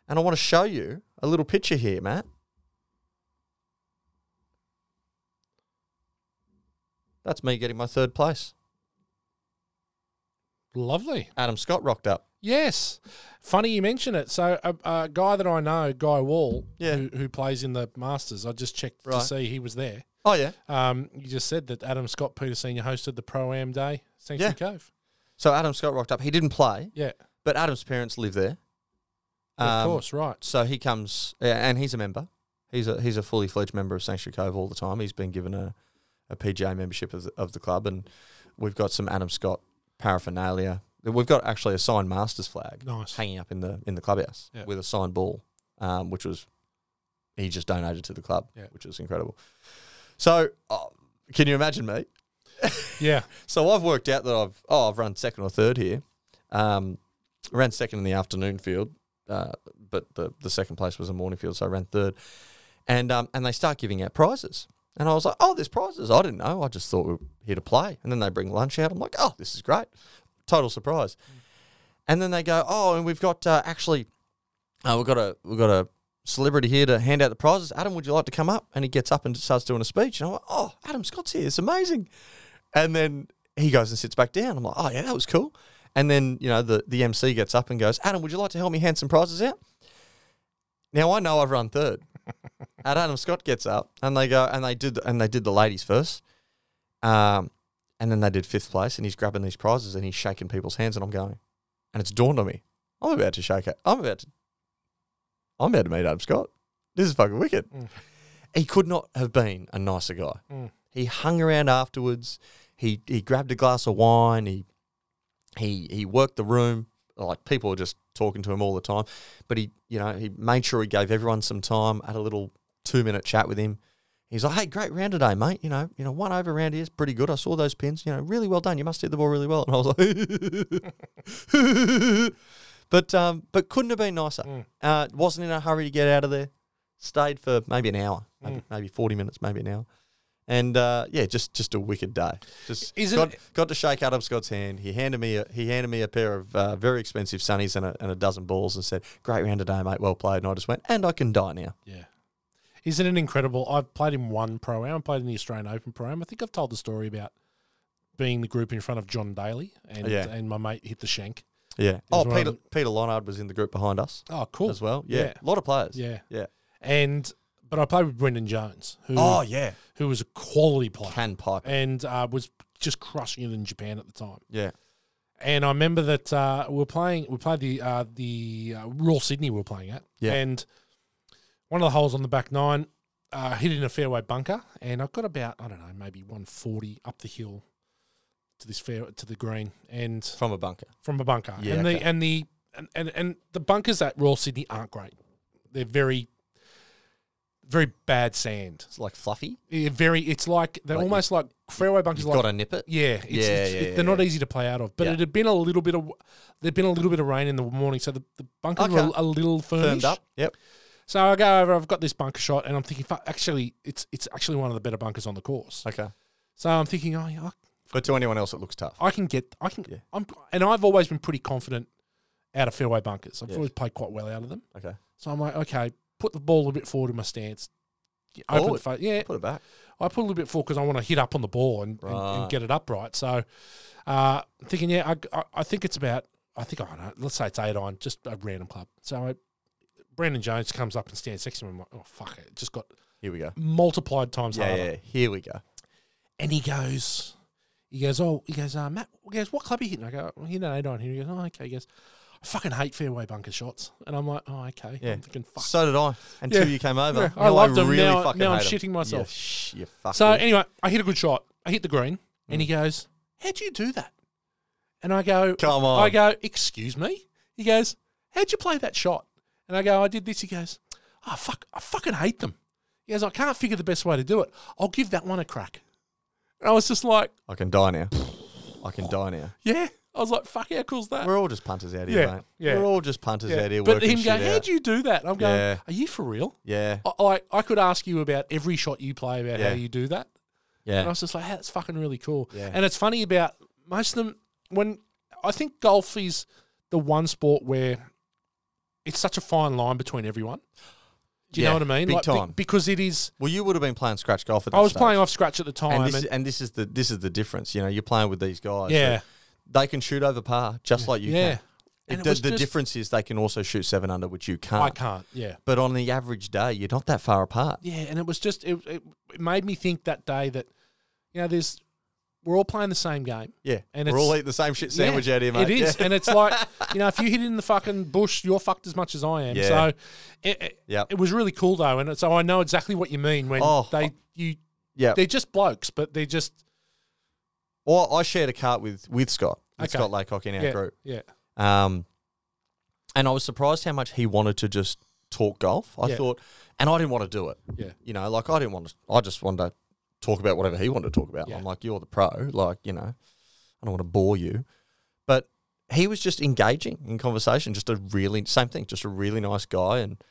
And I want to show you a little picture here, Matt. That's me getting my third place.
Lovely.
Adam Scott rocked up.
Yes. Funny you mention it. So a, a guy that I know, Guy Wall,
Yeah.
who, who plays in the Masters, I just checked to
Right.
see he was there.
Oh yeah.
Um, you just said that Adam Scott Peter Senior hosted the Pro Am Day, Sanctuary Cove.
So Adam Scott rocked up. He didn't play,
Yeah.
but Adam's parents live there.
of
Um,
course. Right.
So he comes, yeah, and he's a member. He's a he's a fully fledged member of Sanctuary Cove all the time. He's been given a, a PGA membership of the, of the club, and we've got some Adam Scott paraphernalia We've got actually a signed Masters flag
Nice.
hanging up in the in the clubhouse
Yeah.
with a signed ball, um, which was he just donated to the club,
Yeah.
which is incredible. So, uh, can you imagine me?
Yeah.
So I've worked out that I've oh I've run second or third here. Um, ran second in the afternoon field, uh, but the the second place was a morning field, so I ran third. And um, and they start giving out prizes, and I was like, oh, there's prizes. I didn't know. I just thought we were here to play. And then they bring lunch out. I'm like, oh, this is great. Total surprise. And then they go, oh, and we've got uh, actually, uh, we've got a we've got a celebrity here to hand out the prizes. Adam, would you like to come up? And he gets up and starts doing a speech. And I'm like, oh, Adam Scott's here. It's amazing. And then he goes and sits back down. I'm like, oh yeah, that was cool. And then you know the the MC gets up and goes, Adam, would you like to help me hand some prizes out? Now I know I've run third. and Adam Scott gets up and they go and they did and they did the ladies first, um, and then they did fifth place and he's grabbing these prizes and he's shaking people's hands and I'm going, and it's dawned on me, I'm about to shake it. I'm about to, I'm about to meet Adam Scott. This is fucking wicked.
Mm.
He could not have been a nicer guy.
Mm.
He hung around afterwards. He he grabbed a glass of wine. He he he worked the room. Like people were just talking to him all the time. But he you know he made sure he gave everyone some time. Had a little two minute chat with him. He's like, hey, great round today, mate. You know, you know, one over round here is pretty good. I saw those pins. You know, really well done. You must hit the ball really well. And I was like, but um, but couldn't have been nicer.
Mm.
Uh, wasn't in a hurry to get out of there. Stayed for maybe an hour, maybe,
Mm.
maybe forty minutes, maybe an hour. And uh, yeah, just just a wicked day. Just
Isn't
got, got to shake Adam Scott's hand. He handed me a, he handed me a pair of uh, very expensive sunnies and a, and a dozen balls and said, "Great round today, mate. Well played." And I just went, "And I can die now."
Yeah. Isn't it incredible? I've played in one pro am, I played in the Australian Open pro am. I think I've told the story about being the group in front of John Daly and
Yeah.
and my mate hit the shank.
Yeah. Oh,
one of
Peter
the-
Peter Lonard was in the group behind us
Oh, cool.
as well. Yeah.
Yeah.
a lot of players.
Yeah.
Yeah.
And but I played with Brendan Jones, who
Oh yeah,
who was a quality player
can pipe.
and uh, was just crushing it in Japan at the time.
Yeah.
And I remember that uh, we were playing. We played the uh, the uh, Royal Sydney. We were playing at,
Yeah.
and one of the holes on the back nine uh, hit in a fairway bunker, and I got about I don't know maybe one forty up the hill to this fair to the green, and
from a bunker.
from a bunker.
Yeah,
and
okay.
the and the and, and and the bunkers at Royal Sydney aren't great. They're very very bad sand.
It's like fluffy.
Yeah, very. It's like they're
Like you-
almost like fairway bunkers.
You've
Like
got to nip it.
yeah, it's,
Yeah,
it's,
yeah,
it-
yeah,
they're not
yeah.
easy to play out of. But
Yeah.
it had been a little bit of there'd been a little bit of rain in the morning, so the, the bunkers were
Okay.
a little firm
Firmed up. Yep.
So I go over. I've got this bunker shot, and I'm thinking, fuck, actually, it's it's actually one of the better bunkers on the course.
Okay.
So I'm thinking, oh, yeah,
But to anyone else, it looks tough.
I, I can get, I can,
Yeah.
I'm, and I've always been pretty confident out of fairway bunkers. I've
Yeah.
always played quite well out of them.
Okay.
So I'm like, okay, put the ball a bit forward in my stance. Open the
Forward?
face. Yeah,
Put it back.
I put a little bit forward because I want to hit up on the ball and, and,
Right.
and get it upright. So, uh, thinking, yeah, I, I, I think it's about, I think, I don't know, let's say it's eight on, just a random club. So, I, Brandon Jones comes up and stands next to me. I'm like, oh, fuck it. It just got
Here we go.
multiplied times
Yeah,
harder.
yeah. Here we go.
And he goes, he goes, oh, he goes, uh, Matt, he goes, what club are you hitting? I go, I'm hitting an eight on here. He goes, oh, okay. He goes, I fucking hate fairway bunker shots. And I'm like, oh, okay.
Yeah.
I'm thinking, fuck.
So did I until
Yeah.
you came over.
Yeah, I
Now
loved 'em.
Really
Now-
fucking
now I'm
hate 'em.
shitting myself.
You, sh- you fucking. Mm.
So anyway, I hit a good shot. I hit the green, and he goes, "How'd you do that?" And I go,
Come on.
I go, "Excuse me." He goes, "How'd you play that shot?" And I go, "I did this." He goes, "Oh fuck, I fucking hate them." He goes, "I can't figure the best way to do it. I'll give that one a crack." And I was just like,
I can die now. I can die now.
"Yeah." I was like, "Fuck, how cool's that?"
We're all just punters out here,
Oh. Yeah,
mate.
yeah.
We're all just punters
Yeah.
out here.
But
working
him
shit
going,
out.
"How'd you Oh. do that?" And I'm going,
Yeah.
"Are you for real?"
Yeah,
I, I I could ask you about every shot you play about how
Yeah.
you do that. And I
yeah.
was just like, "Hey, that's fucking really cool.
Yeah.
And it's funny about most of them when I think golf is the one sport where it's such a fine line between everyone. Do you
Yeah,
know what I mean?
big
be-
time.
because it is.
Well, you would have been playing scratch golf at.
I
that
was
stage.
playing off scratch at the time,
and
and,
this, is, and this is the this is the difference. You know, you're playing with these guys. that
yeah,
they can shoot over par just like you
yeah.
can.
And
It,
it
the
was
the
just-
difference is they can also shoot seven under, which you can't.
I can't. Yeah,
But on the average day, you're not that far apart.
yeah. And it was just it, it. It made me think that day that you know there's we're all playing the same game.
Yeah,
And
we're
it's-
all eating the same shit sandwich
Yeah,
out here, mate.
It is,
Yeah.
and it's like you know, if you hit it in the fucking bush, you're fucked as much as I am.
Yeah.
So, it, it,
Yep.
it was really cool though, and it- so I know exactly what you mean when
Oh,
they you
yeah.
they're just blokes, but they're just
Or I shared a cart with with Scott, with
Okay.
Scott Laycock in our
yeah,
group.
yeah.
Um, and I was surprised how much he wanted to just talk golf. I
Yeah.
thought, and I didn't want to do it.
Yeah.
You know, like I didn't want to, I just wanted to talk about whatever he wanted to talk about.
Yeah.
I'm like, you're the pro. Like, you know, I don't want to bore you. But he was just engaging in conversation, just a really, same thing, just a really nice guy. And,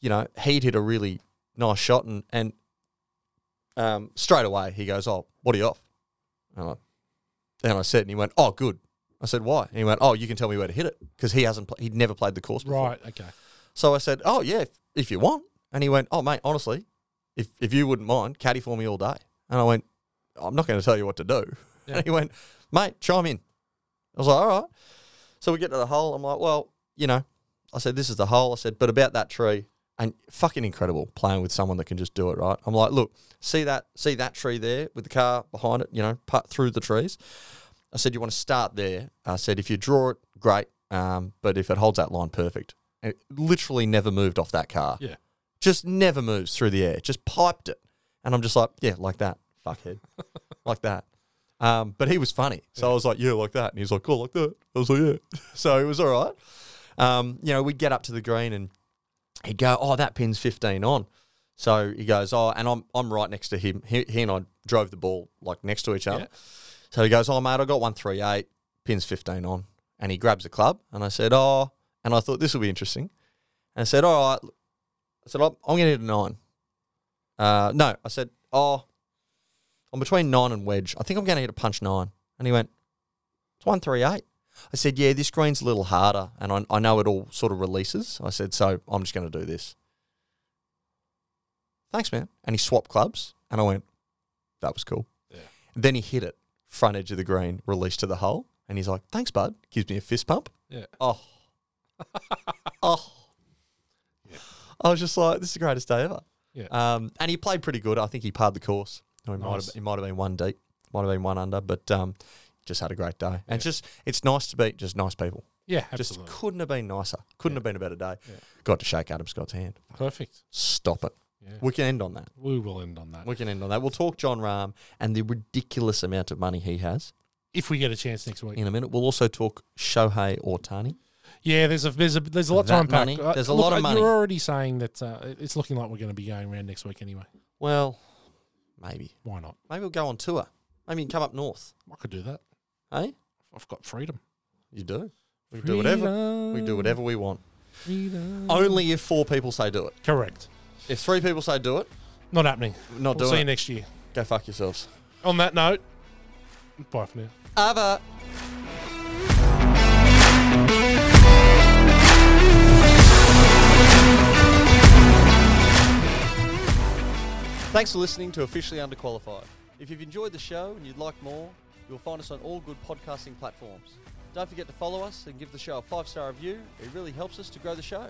you know, he'd hit a really nice shot and, and um, straight away he goes, oh, what are you off? And I, and I said, and he went, oh, good. I said, why? And he went, oh, you can tell me where to hit it because he hasn't, pl- he'd never played the course before.
Right. Okay.
So I said, "Oh yeah, if, if you want." And he went, "Oh mate, honestly, if if you wouldn't mind, caddy for me all day." And I went, "I'm not going to tell you what to do."
Yeah.
And he went, "Mate, chime in." I was like, "All right." So we get to the hole. I'm like, "Well, you know," I said, "This is the hole." I said, "But about that tree." And fucking incredible playing with someone that can just do it, right? I'm like, look, see that, see that tree there with the car behind it, you know, putt through the trees. I said, you want to start there. I said, if you draw it, great. Um, but if it holds that line, perfect. And It literally never moved off that car.
Yeah.
Just never moves through the air. Just piped it. And I'm just like, yeah, like that. Fuckhead. like that. Um, but he was funny. So I was like, yeah, like that. And he was like, cool, like that. I was like, yeah. So it was all right. Um, you know, we'd get up to the green and he'd go, oh, that pin's 15 on. So he goes, oh, and I'm, I'm right next to him. He, he and I drove the ball like next to each other.
Yeah.
So he goes, Oh, mate, I got 138, pins 15 on. And he grabs a club. And I said, Oh, and I thought this will be interesting. And I said, All right. I said, I'm, I'm going to hit a nine. Uh, no, I said, Oh, I'm between nine and wedge. I think I'm going to hit a punch nine. And he went, It's 138. I said, Yeah, this green's a little harder. And I, I know it all sort of releases. I said, So I'm just going to do this. Thanks, man. And he swapped clubs. And I went, That was cool.
Yeah.
Then he hit it front edge of the green, released to the hole, and he's like, "Thanks, bud." Gives me a fist pump.
Yeah.
Oh, oh.
Yeah.
I was just like, "This is the greatest day ever."
Yeah.
Um, and he played pretty good. I think he parred the course. Or he might have,
Nice.
he might have been one deep, might have been one under, but um, just had a great day. And just, it's nice to be just nice people.
Yeah. Absolutely.
Just couldn't have been nicer. Couldn't have been a better day.
Yeah.
Got to shake Adam Scott's hand.
Perfect.
Stop it.
Yeah.
We can end on that.
We will end on that.
We can end on that. We'll talk John Rahm and the ridiculous amount of money he has.
If we get a chance next week.
in a minute. We'll also talk Shohei Otani.
Yeah, there's a there's a there's a lot
That
to unpack.
money,
Uh,
there's a
look,
lot of
uh,
money.
You're already saying that uh, it- it's looking like we're going to be going around next week anyway.
Well, maybe.
Why not?
Maybe we'll go on tour. Maybe you come up north.
I could do that.
Hey?
I've got freedom.
You do. We do whatever. We do whatever we want.
Freedom.
Only if four people say do it.
Correct.
If three people say do it,
Not happening.
we're not
We'll see
doing
you
it.
next year.
Go fuck yourselves.
On that note, bye for now.
Ava. Thanks for listening to Officially Underqualified. If you've enjoyed the show and you'd like more, you'll find us on all good podcasting platforms. Don't forget to follow us and give the show a five star review, it really helps us to grow the show.